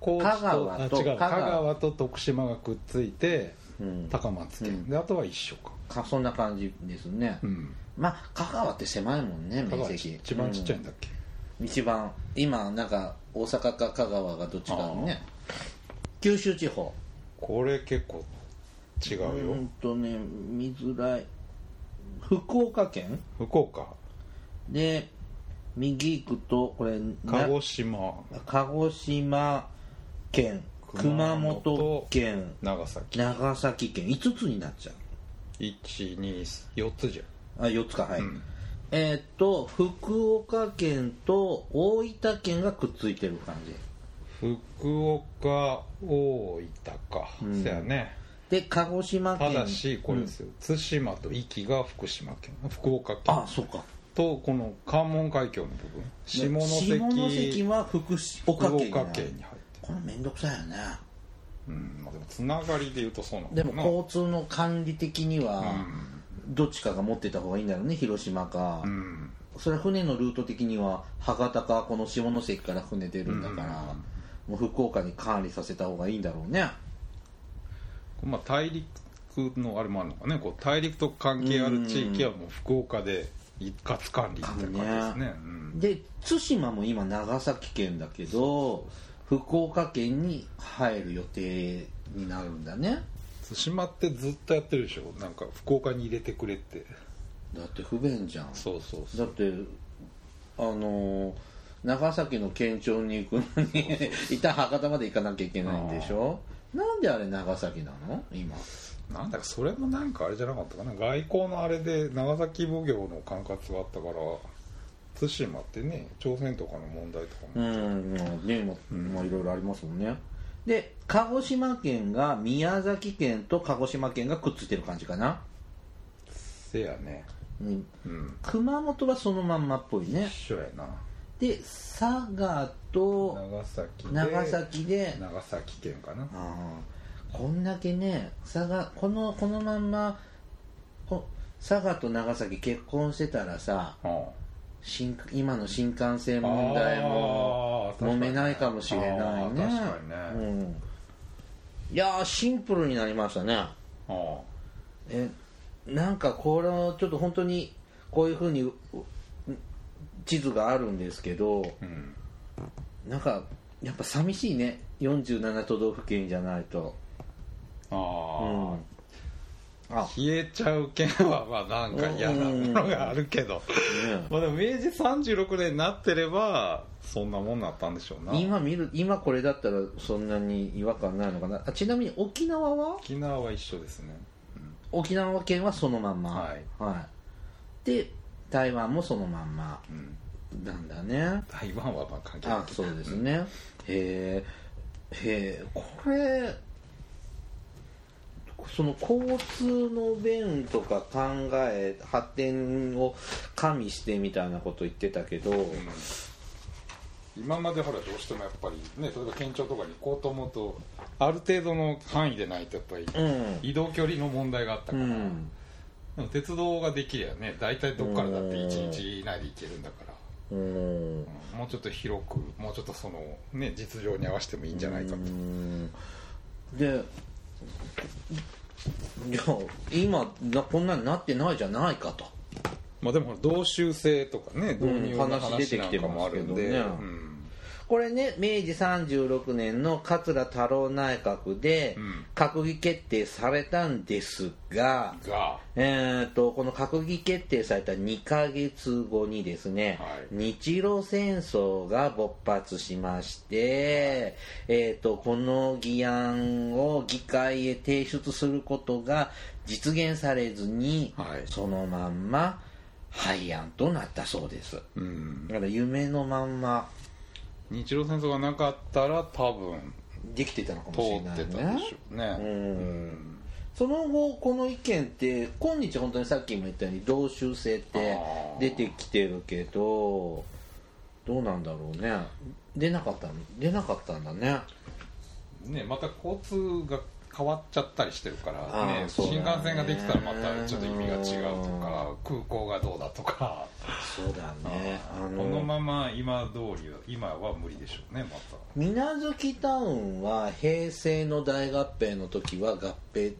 Speaker 2: 高知
Speaker 1: 香川と
Speaker 2: あ違う
Speaker 1: 香川
Speaker 2: 香川と徳島がくっついて
Speaker 1: うん
Speaker 2: 高松県、
Speaker 1: うん
Speaker 2: であとは一緒か
Speaker 1: かそんな感じですね、
Speaker 2: うん
Speaker 1: まあ香川って狭いもんね
Speaker 2: 香
Speaker 1: 面
Speaker 2: 川
Speaker 1: 積
Speaker 2: 一番ちっちゃいん
Speaker 1: だ、
Speaker 2: だっけ、
Speaker 1: うん一番今なんか大阪か香川がどっちかね九州地方
Speaker 2: これ結構違うよ、
Speaker 1: うんとね見づらい福岡県
Speaker 2: 福岡
Speaker 1: で右行くとこれ
Speaker 2: 鹿
Speaker 1: な
Speaker 2: 児島
Speaker 1: 鹿児島県熊
Speaker 2: 熊
Speaker 1: 本
Speaker 2: 本
Speaker 1: 県
Speaker 2: 長崎
Speaker 1: 長崎県5つになっちゃう
Speaker 2: 124つじ
Speaker 1: あ4つかは
Speaker 2: ゃ
Speaker 1: い、
Speaker 2: ん、うん
Speaker 1: えーっと福岡県と大分県がくっついてる感じ
Speaker 2: 福岡大分か、
Speaker 1: うん
Speaker 2: そやね
Speaker 1: で鹿児島
Speaker 2: た
Speaker 1: 県
Speaker 2: だしこれ
Speaker 1: うん
Speaker 2: ですよ対馬と壱岐が福島県福岡県
Speaker 1: あそうか
Speaker 2: とこの関門海峡の部分下
Speaker 1: で下関
Speaker 2: 関
Speaker 1: は福
Speaker 2: 福
Speaker 1: 岡県にな
Speaker 2: 岡
Speaker 1: る
Speaker 2: 県に入って
Speaker 1: これめんどくさいよね
Speaker 2: るうんまあでもつながりでいうとそうなん
Speaker 1: で
Speaker 2: だろ
Speaker 1: も
Speaker 2: うな
Speaker 1: 交通の管理的には、
Speaker 2: うん
Speaker 1: どっちかが持ってた方がいいんだろうね広島か、
Speaker 2: うん
Speaker 1: それは船のルート的には博多かこの下関から船出るんだから、もう福岡に管理させた方がいいんだろうね
Speaker 2: まあ大陸のあれもあるのかねこう大陸と関係ある地域はもう福岡で一括管理みたいな感じですねうん
Speaker 1: で対馬も今長崎県だけど福岡県に入る予定になるんだね
Speaker 2: 対馬ってずっとやってるでしょなんか福岡に入れてくれって
Speaker 1: だって不便じゃん
Speaker 2: そうそうそ
Speaker 1: だ
Speaker 2: う
Speaker 1: ってあのー長崎の県庁に行くのに 一旦博多まで行かなきゃいけないんでしょなんであれ長崎なの今
Speaker 2: なんだかそれもなんかあれじゃなかったかな外交のあれで長崎奉行の管轄があったから対馬ってね朝鮮とかの問題とか
Speaker 1: う
Speaker 2: も、
Speaker 1: ん、ね、もうまあいろいろありますもんね。で、鹿児島県が宮崎県と鹿児島県がくっついてる感じかな。
Speaker 2: せやね
Speaker 1: うん、
Speaker 2: うん
Speaker 1: 熊本はそのまんまっぽいね
Speaker 2: 一。緒やな
Speaker 1: で、佐賀と
Speaker 2: 長崎で
Speaker 1: 長崎で、
Speaker 2: 長崎県かな
Speaker 1: あーこんだけね、佐賀、この、このまんま、こ佐賀と長崎結婚してたらさ、
Speaker 2: うん
Speaker 1: 新今の新幹線問題も。
Speaker 2: あー
Speaker 1: 揉めないかもしれないね
Speaker 2: あー確かにね、
Speaker 1: うん、いやーシンプルになりましたね
Speaker 2: ああ
Speaker 1: えなんかこれはちょっと本当にこういうふうにう地図があるんですけど
Speaker 2: うん
Speaker 1: なんかやっぱ寂しいね47都道府県じゃないと、
Speaker 2: ああ、
Speaker 1: うんあ
Speaker 2: 消えちゃう件はまあなんか嫌なものがあるけどまあでも明治36年になってればそんなもんなったんでしょうな
Speaker 1: 今見る今これだったらそんなに違和感ないのかなあちなみに沖縄は
Speaker 2: 沖縄は一緒ですね
Speaker 1: 沖縄県はそのまんま
Speaker 2: はい、
Speaker 1: はいで台湾もそのまんま
Speaker 2: うん
Speaker 1: なんだね
Speaker 2: 台湾はまあ関係ない
Speaker 1: あそうですねへえへえこれその交通の便とか考え発展を加味してみたいなこと言ってたけど、
Speaker 2: 今までほらどうしてもやっぱりね例えば県庁とかに行こうと思うとある程度の範囲でないとやっぱり
Speaker 1: うん
Speaker 2: 移動距離の問題があった
Speaker 1: う
Speaker 2: から、
Speaker 1: ん
Speaker 2: でも鉄道ができりゃね大体どっからだって1日以内で行けるんだから、
Speaker 1: うん
Speaker 2: うんもうちょっと広くもうちょっとそのね実情に合わせてもいいんじゃないかと、
Speaker 1: うんでいや今なこんなになってないじゃないかと
Speaker 2: まあでも同州制とかね導入の
Speaker 1: うん話出
Speaker 2: 話
Speaker 1: て
Speaker 2: な
Speaker 1: き
Speaker 2: ん
Speaker 1: て
Speaker 2: かも
Speaker 1: ま
Speaker 2: あ
Speaker 1: すけ
Speaker 2: る
Speaker 1: ど
Speaker 2: ん
Speaker 1: ね
Speaker 2: で、
Speaker 1: これね明治36年の桂太郎内閣で
Speaker 2: うん
Speaker 1: 閣議決定されたんですが、
Speaker 2: うんが
Speaker 1: えー、とこの閣議決定された2ヶ月後にですね、
Speaker 2: はい
Speaker 1: 日露戦争が勃発しまして、えー、とこの議案を議会へ提出することが実現されずに、
Speaker 2: はい
Speaker 1: そのまんま廃案となったそうです
Speaker 2: うん
Speaker 1: だから夢のまんま
Speaker 2: 日露戦争がなかったら多分
Speaker 1: できてたのかも
Speaker 2: 通
Speaker 1: しれ
Speaker 2: っ
Speaker 1: ない
Speaker 2: て
Speaker 1: ね
Speaker 2: たでしょうね
Speaker 1: うん
Speaker 2: うん
Speaker 1: その後この意見って今日本当にさっきも言ったように同州制って出てきてるけどどうなんだろうね出なかったの出なかったんだね
Speaker 2: ね、また交通が変わっちゃったりしてるか
Speaker 1: あ
Speaker 2: ら、
Speaker 1: ー
Speaker 2: ね、
Speaker 1: そうだね
Speaker 2: 新幹線ができたらまたちょっと意味が違うとか空港がどうだとか、
Speaker 1: そうだねあ
Speaker 2: この
Speaker 1: の
Speaker 2: まま今通りは今は無理でしょうねまた
Speaker 1: 水無月タウンは平成の大合併の時は合併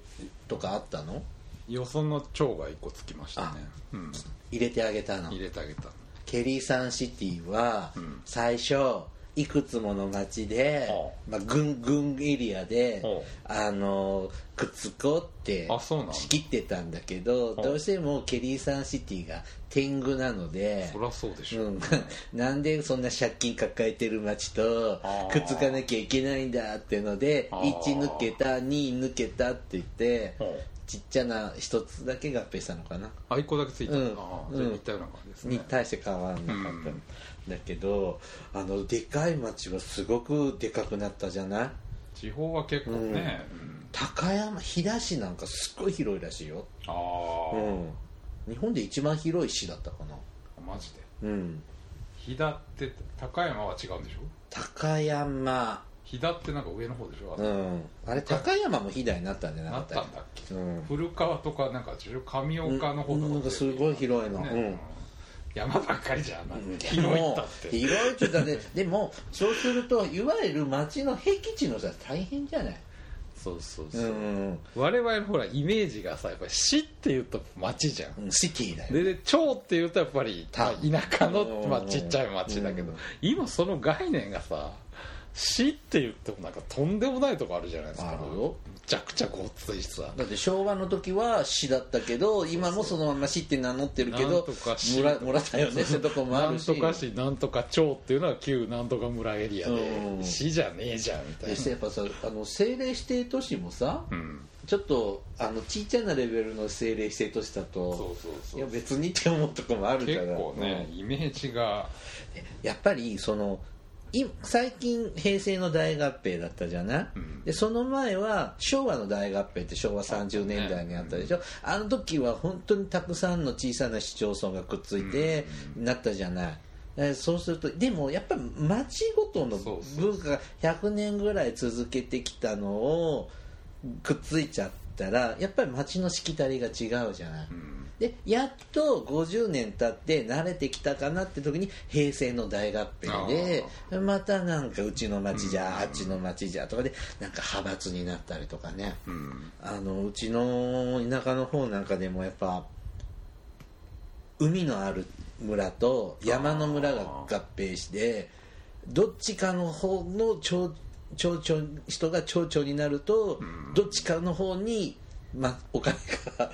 Speaker 1: とかあったの
Speaker 2: よその町が1個つきましたね、うん、
Speaker 1: 入れてあげたの
Speaker 2: 入れてあげた
Speaker 1: ケリーサンシティは
Speaker 2: ん
Speaker 1: 最初いくつもの町で、
Speaker 2: は
Speaker 1: まあ、軍軍エリアで、
Speaker 2: は
Speaker 1: あのくっつこうって
Speaker 2: あそうなんだ
Speaker 1: 仕切ってたんだけど
Speaker 2: は
Speaker 1: どうしてもケリーサンシティが天狗なので
Speaker 2: そりゃそうでしょ、
Speaker 1: うん、 なんでそんな借金抱えてる町と
Speaker 2: あー
Speaker 1: くっつかなきゃいけないんだってので
Speaker 2: あー
Speaker 1: 1抜けた2抜けたって言って
Speaker 2: うん
Speaker 1: ちっちゃな一つだけ合併したのかな
Speaker 2: あ一個だけついた、
Speaker 1: うん
Speaker 2: あーじゃあ似たような感じですね
Speaker 1: に対して変わんなかったん
Speaker 2: うん
Speaker 1: だけど、あのでかい町はすごくでかくなったじゃない
Speaker 2: 地方は結構ね、うん
Speaker 1: 高山飛騨市なんかすっごい広いらしいよ、
Speaker 2: あ
Speaker 1: う
Speaker 2: あ、
Speaker 1: ん、日本で一番広い市だったかな
Speaker 2: マジで
Speaker 1: うん
Speaker 2: 飛騨って高山は違うんでしょ
Speaker 1: 高山
Speaker 2: 飛騨ってなんか上の方でしょ、
Speaker 1: うんあれ高山も飛騨になったんじゃなか
Speaker 2: な
Speaker 1: っ
Speaker 2: ったた
Speaker 1: っ
Speaker 2: んだっけ
Speaker 1: けうん
Speaker 2: 古川とかなんか上岡の方とか、
Speaker 1: うんなんかすごい広いのうん
Speaker 2: 山ばっかりじゃん、なんか
Speaker 1: で
Speaker 2: 広いっ
Speaker 1: も
Speaker 2: たって
Speaker 1: 広いって言ったらねでもそうするといわゆる町の僻地のさ大変じゃない
Speaker 2: そうそう
Speaker 1: う
Speaker 2: そう、
Speaker 1: ん、
Speaker 2: 我々ほらイメージがさやっぱり市っていうと町じゃん、
Speaker 1: うん、シティだよ
Speaker 2: でで町っていうとやっぱり
Speaker 1: た
Speaker 2: まあ田舎の、
Speaker 1: うん
Speaker 2: まあ、ちっちゃい町だけど、
Speaker 1: うん
Speaker 2: 今その概念がさ市って言ってもなんかとんでもないとこあるじゃないですか
Speaker 1: あるよ
Speaker 2: むちゃくちゃごっついしさ
Speaker 1: だって昭和の時は市だったけど今もそのまま市って名乗ってるけ
Speaker 2: なん
Speaker 1: ど
Speaker 2: とか市
Speaker 1: 村村だよねってとこもあ
Speaker 2: な
Speaker 1: る
Speaker 2: ん
Speaker 1: し
Speaker 2: とか市なんとか町っていうのは旧なんとか村エリア
Speaker 1: うん
Speaker 2: で市じゃねえじゃんみたい
Speaker 1: で
Speaker 2: な
Speaker 1: さやっぱさあの政令指定都市もさ
Speaker 2: うん
Speaker 1: ちょっとあのちっちゃなレベルの政令指定都市だと
Speaker 2: そう
Speaker 1: いや別にって思うとこもあるか
Speaker 2: 結
Speaker 1: ら
Speaker 2: 構ね、イメージが
Speaker 1: うんやっぱりそのい最近平成の大合併だったじゃない、
Speaker 2: うん
Speaker 1: でその前は昭和の大合併って昭和30年代にあったでしょ、あの時は本当にたくさんの小さな市町村がくっついてなったじゃない、えそうするとでもやっぱり町ごとの
Speaker 2: そうそう
Speaker 1: 文化が100年ぐらい続けてきたのをくっついちゃったらやっぱり町のしきたりが違うじゃない、
Speaker 2: うん
Speaker 1: でやっと50年経って慣れてきたかなって時に平成の大合併でまたなんかうちの町じゃあっちの町じゃとかでなんか派閥になったりとかね
Speaker 2: うん
Speaker 1: あのうちの田舎の方なんかでもやっぱ海のある村と山の村が合併してどっちかの方の町町長人が町長になるとどっちかの方にま、お金が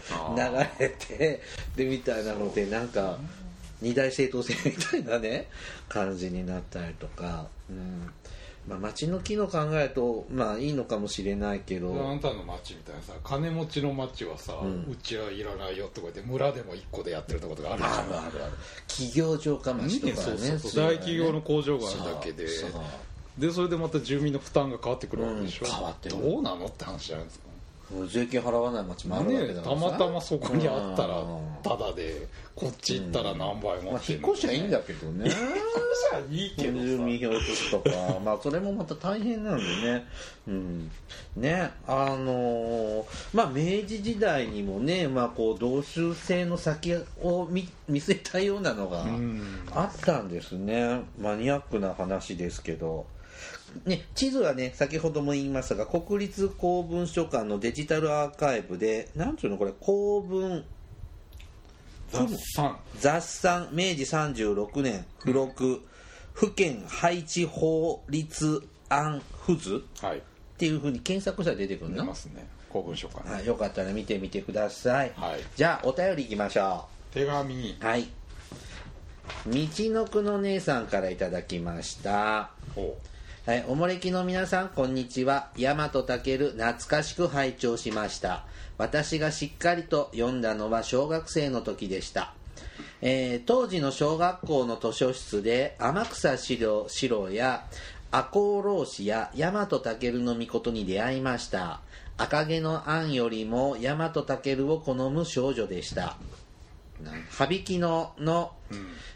Speaker 1: 流れてでみたいなのでなんか二大政党制みたいなね感じになったりとか、うんまあ、町の木の考えるとまあいいのかもしれないけど、
Speaker 2: あんたの町みたいなさ金持ちの町はさ、うちはいらないよとか言って村でも一個でやってるとことがあるじゃん
Speaker 1: あるあるある企業城下町とか
Speaker 2: そう
Speaker 1: ね
Speaker 2: そうそう大企業の工場があるだけで
Speaker 1: そうそう
Speaker 2: でそれでまた住民の負担が変わってくるわけでしょ、
Speaker 1: うん変わってる
Speaker 2: どうなのって話じゃないですか
Speaker 1: 税金払わない町もあるわけ
Speaker 2: ね
Speaker 1: だか
Speaker 2: た
Speaker 1: らさ
Speaker 2: またまそこにあったら
Speaker 1: うん
Speaker 2: タダでこっち行ったら何倍も
Speaker 1: まあ、引っ越しはいいんだけど ね
Speaker 2: 引っ越しはいいけど
Speaker 1: 住民票移すと かまあそれもまた大変なんでねうんねあのーまあ明治時代にもね、まあ、こう同州制の先を見見据えたようなのが
Speaker 2: ん
Speaker 1: あったんですねマニアックな話ですけどね、地図はね先ほども言いましたが国立公文書館のデジタルアーカイブでなんていうのこれ公文
Speaker 2: 雑産
Speaker 1: 雑産明治36年付録府県配置法律案付図
Speaker 2: はい
Speaker 1: っていうふうに検索したら出てくる
Speaker 2: 出
Speaker 1: の、
Speaker 2: ますね公文書館、
Speaker 1: はい、よかったら見てみてください、
Speaker 2: はい
Speaker 1: じゃあお便りいきましょ
Speaker 2: 手紙
Speaker 1: うはい道のくの姉さんからいただきました
Speaker 2: を
Speaker 1: はい、おもれきの皆さん、こんにちは。大和たける、懐かしく拝聴しました。私がしっかりと読んだのは小学生の時でした。えー当時の小学校の図書室で、天草四郎四郎や、赤穂浪士や大和たけるの御事に出会いました。赤毛の案よりも大和たけるを好む少女でした。羽曳野の、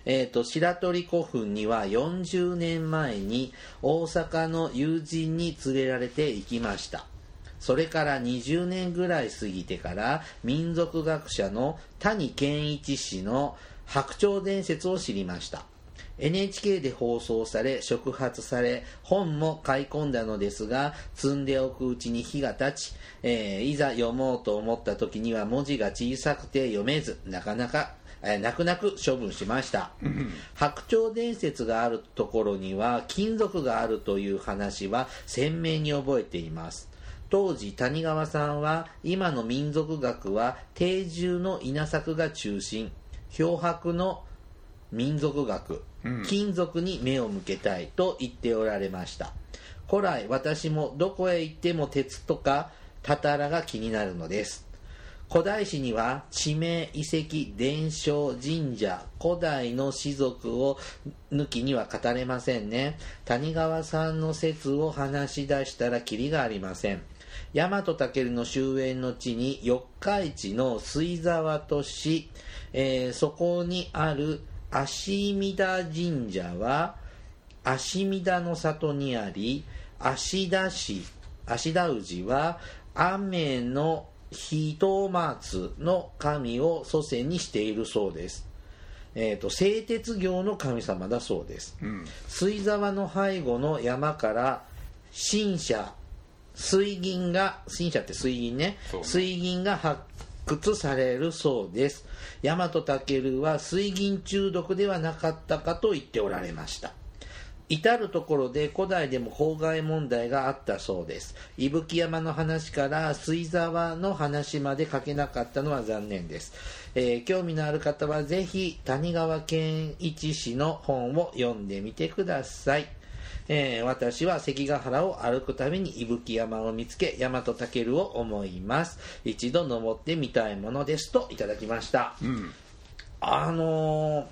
Speaker 1: えー、と白鳥古墳には40年前に大阪の友人に連れられて行きましたそれから20年ぐらい過ぎてから民族学者の谷健一氏の「白鳥伝説」を知りました NHK で放送され触発され本も買い込んだのですが積んでおくうちに火が立ち、えーいざ読もうと思った時には文字が小さくて読めずなかなか、えー泣く泣く処分しました白鳥伝説があるところには金属があるという話は鮮明に覚えています当時谷川さんは今の民族学は定住の稲作が中心漂白の民族学、金属に目を向けたいと言っておられました古来私もどこへ行っても鉄とかたたらが気になるのです古代史には地名遺跡伝承神社古代の士族を抜きには語れませんね谷川さんの説を話し出したらキリがありません大和健の終焉の地に四日市の水沢とし、えーそこにある足見田神社は芦見田の里にあり芦田市芦田氏は雨の日と松の神を祖先にしているそうです、えー、と製鉄業の神様だそうです、水沢の背後の山から新社水銀が新社って水銀ね
Speaker 2: そうね
Speaker 1: 水銀が発掘されるそうです大和健は水銀中毒ではなかったかと言っておられました至る所で古代でも公害問題があったそうです伊吹山の話から水沢の話まで書けなかったのは残念です、えー興味のある方はぜひ谷川健一氏の本を読んでみてくださいえー私は関ヶ原を歩くたびに伊吹山を見つけ大和健を思います一度登ってみたいものですといただきました、
Speaker 2: うん
Speaker 1: あのー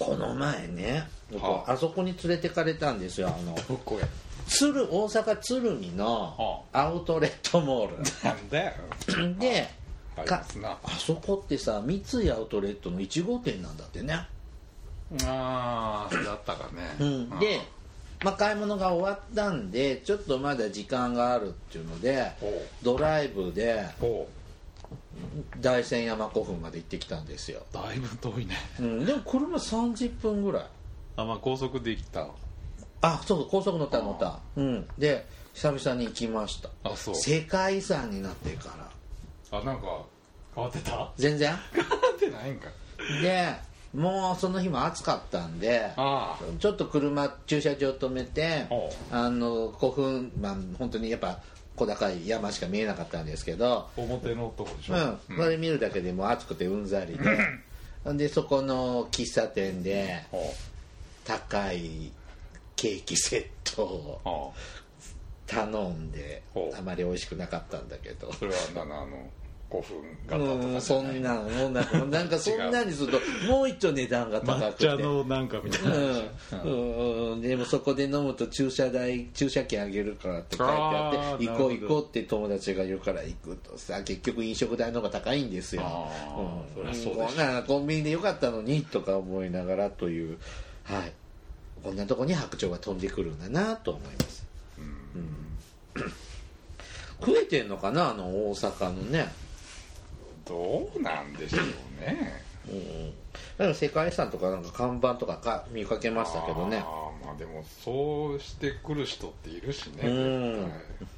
Speaker 1: この前ね僕
Speaker 2: はあ
Speaker 1: あそこに連れてかれたんですよあの
Speaker 2: どこや
Speaker 1: 鶴大阪鶴見のアウトレットモー
Speaker 2: なんだよ
Speaker 1: ルで
Speaker 2: あり
Speaker 1: か
Speaker 2: ますな
Speaker 1: あそこってさ三井アウトレットの1号店なんだってね
Speaker 2: ああだったかね、
Speaker 1: うん、で、まあ、買い物が終わったんでちょっとまだ時間があるっていうので
Speaker 2: ほう
Speaker 1: ドライブで
Speaker 2: ほ
Speaker 1: 大仙山古墳まで行ってきたんですよ、
Speaker 2: うだいぶ遠いね
Speaker 1: うん、でも車30分ぐらい
Speaker 2: あまあ高速できた
Speaker 1: あそうそう高速乗った乗ったうんで久々に行きました
Speaker 2: あそう
Speaker 1: 世界遺産になってから
Speaker 2: あなんか変わってた変わ
Speaker 1: 全 然
Speaker 2: ってないんか
Speaker 1: でもうその日も暑かったんで
Speaker 2: ああ
Speaker 1: ちょっと車駐車場止めて
Speaker 2: おう
Speaker 1: あの古墳まあ本当にやっぱ小高い山しか見えなかったんですけど、
Speaker 2: 表の男でし
Speaker 1: う
Speaker 2: ょ、
Speaker 1: ん、それ見るだけでもう暑くてうんざりで、ほんでそこの喫茶店で
Speaker 2: ほ
Speaker 1: 高いケーキセットを
Speaker 2: うあ
Speaker 1: 頼んで
Speaker 2: ほう
Speaker 1: あまり美味しくなかったんだけど
Speaker 2: あそれはなんだあの古墳型と
Speaker 1: う
Speaker 2: か
Speaker 1: ん
Speaker 2: じゃ
Speaker 1: そ
Speaker 2: ない
Speaker 1: んなのもうなんかなんかそんなにするともう一丁値段が高
Speaker 2: 抹
Speaker 1: くて
Speaker 2: 茶のなんかみたいな、
Speaker 1: うんうんうんでもそこで飲むと駐車代駐車券あげるからって書いてあ
Speaker 2: あ
Speaker 1: って
Speaker 2: ー
Speaker 1: 行こう
Speaker 2: なる
Speaker 1: 行
Speaker 2: ほど
Speaker 1: こうって友達が言うから行くとさ結局飲食代の方が高いんですよ、
Speaker 2: あー
Speaker 1: うん
Speaker 2: そりゃそうでしょ
Speaker 1: こんなコンビニでよかったのにとか思いながらというはいこんなとこに白鳥が飛んでくるんだなと思います、うん食えてんのかなあの大阪のね
Speaker 2: どうなんでしょうね
Speaker 1: でも世界遺産とかなんか看板とかか見かけましたけどね
Speaker 2: あーまあでもそうしてくる人っているしね、
Speaker 1: うん
Speaker 2: 絶対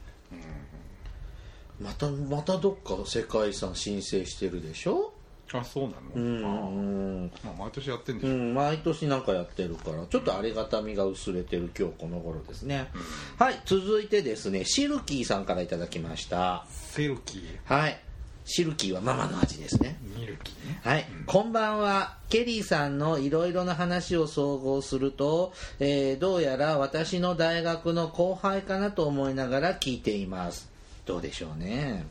Speaker 1: またまたどっか世界遺産申請してるでしょ
Speaker 2: あそうなの、
Speaker 1: うん
Speaker 2: あ
Speaker 1: うん
Speaker 2: ーまあ、毎年やってんで
Speaker 1: う
Speaker 2: しょ、
Speaker 1: ん毎年なんかやってるからちょっとありがたみが薄れてる今日この頃ですねはい続いてですねシルキーさんからいただきました
Speaker 2: セルキー
Speaker 1: はいシルキーはママの味ですね
Speaker 2: ミルキーね
Speaker 1: はい、こんばんはケリーさんのいろいろな話を総合すると、えーどうやら私の大学の後輩かなと思いながら聞いていますどうでしょうね、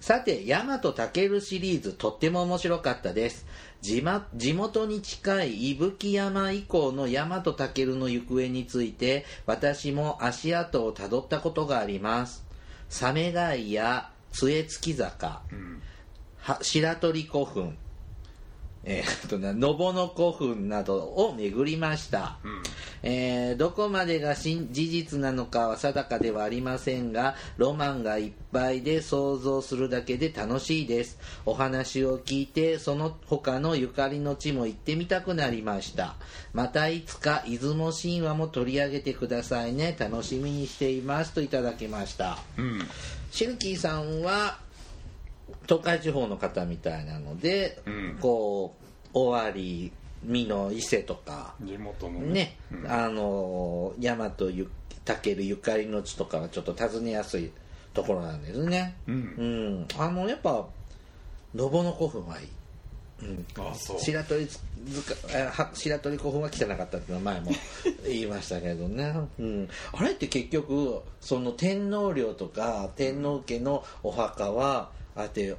Speaker 1: さて「ヤマトタケル」シリーズとっても面白かったです地,、ま、地元に近い伊吹山以降のヤマトタケルの行方について私も足跡をたどったことがありますサメガイや杖月坂、は白鳥古墳えー、あとなのぼの古墳などを巡りました、えーどこまでが真事実なのかは定かではありませんがロマンがいっぱいで想像するだけで楽しいですお話を聞いてその他のゆかりの地も行ってみたくなりましたまたいつか出雲神話も取り上げてくださいね楽しみにしていますといただきました
Speaker 2: うん
Speaker 1: シルキーさんは東海地方の方みたいなので、
Speaker 2: うん
Speaker 1: こう尾張美濃伊勢とか
Speaker 2: 地元の
Speaker 1: ね、あの大和ゆ武尊ゆかりの地とかはちょっと訪ねやすいところなんですね
Speaker 2: うん
Speaker 1: うん、あのやっぱのぼの古墳はいい
Speaker 2: あそう
Speaker 1: 白鳥塚えは白鳥古墳は汚かったっていうのは前 も言いましたけどね、うん、あれって結局その天皇陵とか天皇家のお墓はああやって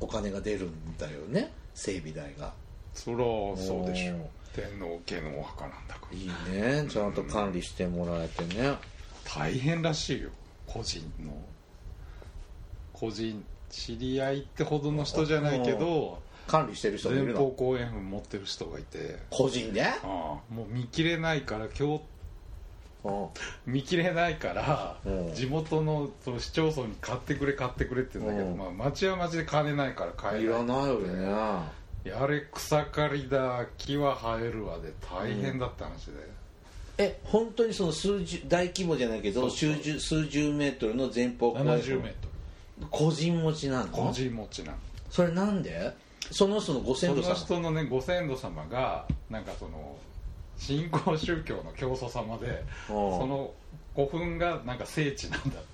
Speaker 1: お金が出るんだよね整備代が
Speaker 2: そりゃそうでし
Speaker 1: おー
Speaker 2: ょ天皇家のお墓なんだから
Speaker 1: いいねちゃんと管理してもらえてね
Speaker 2: 大変らしいよ個人の個人知り合いってほどの人じゃないけど
Speaker 1: 管理してる人もい
Speaker 2: 前
Speaker 1: る
Speaker 2: 方
Speaker 1: の
Speaker 2: 後円墳持ってる人がいて
Speaker 1: 個人で
Speaker 2: ああもう見切れないから今日
Speaker 1: うん
Speaker 2: 見切れないから
Speaker 1: うん
Speaker 2: 地元のその市町村に買ってくれ買ってくれって言うんだけど、
Speaker 1: うん
Speaker 2: まあ、町は町で金ないから買えない
Speaker 1: いらないよね
Speaker 2: いやあれ草刈りだ木は生えるわで大変だった話で、
Speaker 1: え本当にその数十大規模じゃないけど
Speaker 2: そうそう
Speaker 1: 数十数十メートルの前方後円墳
Speaker 2: 70メートル
Speaker 1: 個人持ちなの
Speaker 2: 個人持ちなの
Speaker 1: それなんでその人のご
Speaker 2: そ
Speaker 1: 先祖
Speaker 2: の
Speaker 1: さん
Speaker 2: 人のねご先祖様がなんかその信仰宗教の教祖様で
Speaker 1: そ
Speaker 2: その古墳がなんか聖地なんだってだか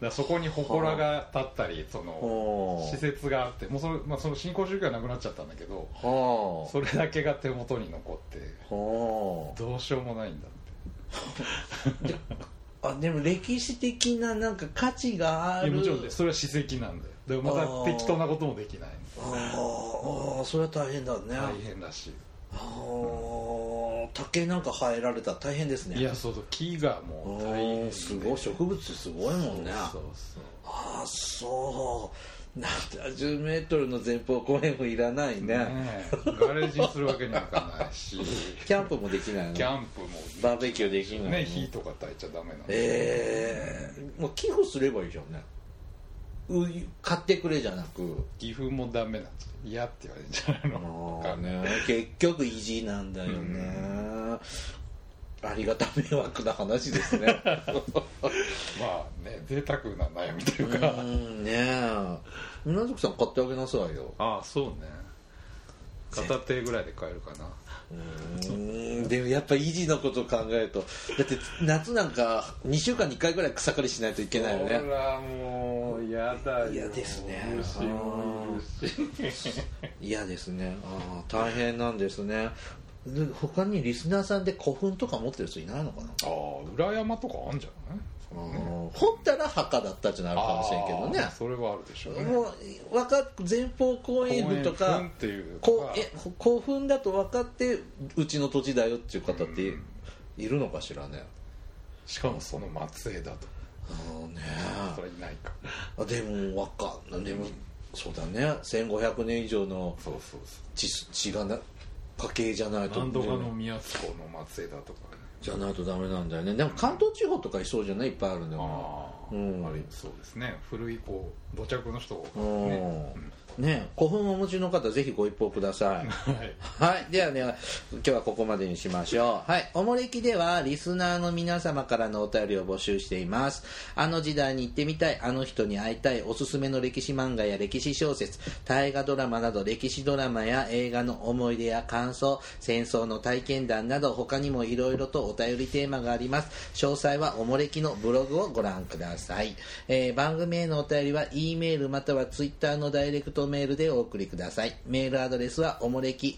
Speaker 2: らそこに祠が立ったりその施設があってもうその,、まあ、その信仰宗教はなくなっちゃったんだけど
Speaker 1: は
Speaker 2: それだけが手元に残って
Speaker 1: あは
Speaker 2: どうしようもないんだって
Speaker 1: ああでも歴史的ななんか価値があ
Speaker 2: い
Speaker 1: る
Speaker 2: やもちろんですそれは史跡なんだよでもま
Speaker 1: あー
Speaker 2: た適当なこともできない
Speaker 1: あーあーそれは大変だね、
Speaker 2: 大変らし
Speaker 1: あー竹なんか生えられたら大変ですね
Speaker 2: いいやそうそう木が
Speaker 1: あ
Speaker 2: もう大変
Speaker 1: ー
Speaker 2: です
Speaker 1: ごい植物すごいもんね
Speaker 2: そうそう
Speaker 1: ああそう7 0トルの前方後円墳いらないね
Speaker 2: ねえガレージにするわけにはいかな いし
Speaker 1: キャンプもできないの
Speaker 2: キャンプも
Speaker 1: バーベキューできないの
Speaker 2: ね火とか焚いちゃダメなの
Speaker 1: ええもう寄付すればいいじゃんねう買ってくれじゃなく
Speaker 2: 岐阜もダメなんですよ嫌って言われるんじゃないのわかんない
Speaker 1: ね結局維持なんだよね、ありがた迷惑な話です ね
Speaker 2: まあね贅沢な悩みといううか、
Speaker 1: んねえ村月さん買ってあげなさいよ
Speaker 2: ああそうね片手ぐらいで買えるかな
Speaker 1: うんでもやっぱ維持のことを考えるとだって夏なんか2週間に1回ぐらい草刈りしないといけないよね
Speaker 3: ほらもうやだよ
Speaker 1: 嫌ですね
Speaker 3: 虫もいるし
Speaker 1: 嫌ですねああ大変なんですねで他にリスナーさんで古墳とか持ってる人いないのかな
Speaker 3: ああ裏山とかあんじゃない
Speaker 1: うん掘ったら墓だったってなるかもしれんけどね
Speaker 3: あーそれはあるでしょうね
Speaker 1: もう分かっ前方後円墳と
Speaker 3: 公園
Speaker 1: か
Speaker 3: 墳っていうの
Speaker 1: こ
Speaker 3: が
Speaker 1: うえ古墳だと分かってうちの土地だよっていう方っているのかしらね
Speaker 3: しかもその松江だと
Speaker 1: ああね
Speaker 3: それいないか
Speaker 1: あでも分かんないでもそうだね1500年以上の
Speaker 3: そうそうそ
Speaker 1: 血す血がな家系じゃないうと
Speaker 3: 何度かの宮津港の松江だとかね
Speaker 1: じゃないとダメなんだよねでも関東地方とかいそうじゃないいっぱいあるんだよね
Speaker 3: ああ、
Speaker 1: うん
Speaker 3: あれそうですね古いこう土着の人が多いですね
Speaker 1: ねね古墳をお持ちの方ぜひご一報ください
Speaker 3: はい
Speaker 1: はいではね今日はここまでにしましょうはいおもれきではリスナーの皆様からのお便りを募集していますあの時代に行ってみたいあの人に会いたいおすすめの歴史漫画や歴史小説大河ドラマなど歴史ドラマや映画の思い出や感想戦争の体験談など他にもいろいろとお便りテーマがあります詳細はおもれきのブログをご覧ください、えー番組へのお便りは E メールまたは Twitter のダイレクトメールでお送りくださいメールアドレスはおもれき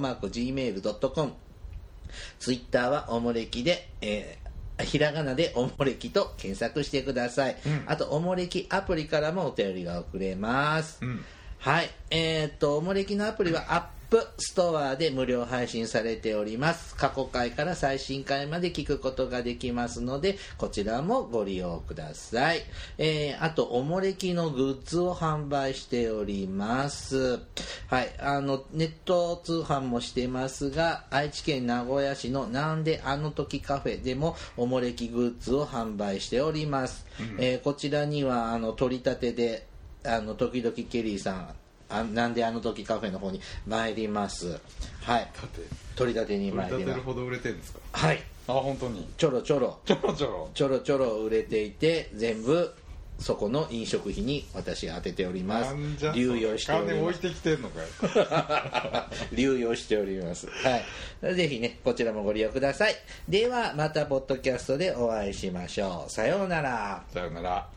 Speaker 1: 2013-gmail.com ツイッターはおもれきで、えーひらがなでおもれきと検索してください、あとおもれきアプリからもお便りが送れます、はいえっとおもれきのアプリはアップストアで無料配信されております過去回から最新回まで聞くことができますのでこちらもご利用ください、えーあとおもれきのグッズを販売しておりますはいあのネット通販もしてますが愛知県名古屋市のなんであの時カフェでもおもれきグッズを販売しております、えーこちらにはあの取り立てであの時々ケリーさんあなんであの時カフェの方に参りますはい
Speaker 3: だって
Speaker 1: 取り立てに
Speaker 3: 売り
Speaker 1: 参
Speaker 3: 立
Speaker 1: り
Speaker 3: て
Speaker 1: ま
Speaker 3: る
Speaker 1: す
Speaker 3: ほど売れてるんですか
Speaker 1: はい
Speaker 3: あ本当に
Speaker 1: ちょろちょろ
Speaker 3: ちょろちょろ
Speaker 1: ちょろちょろ売れていて全部そこの飲食費に私当てております
Speaker 3: なんじゃそれ
Speaker 1: 流用しており
Speaker 3: 金
Speaker 1: ま
Speaker 3: 置い
Speaker 1: す
Speaker 3: てきてんのかよ
Speaker 1: 流用しておりますはいぜひねこちらもご利用くださいではまたポッドキャストでお会いしましょうさようなら
Speaker 3: さよなら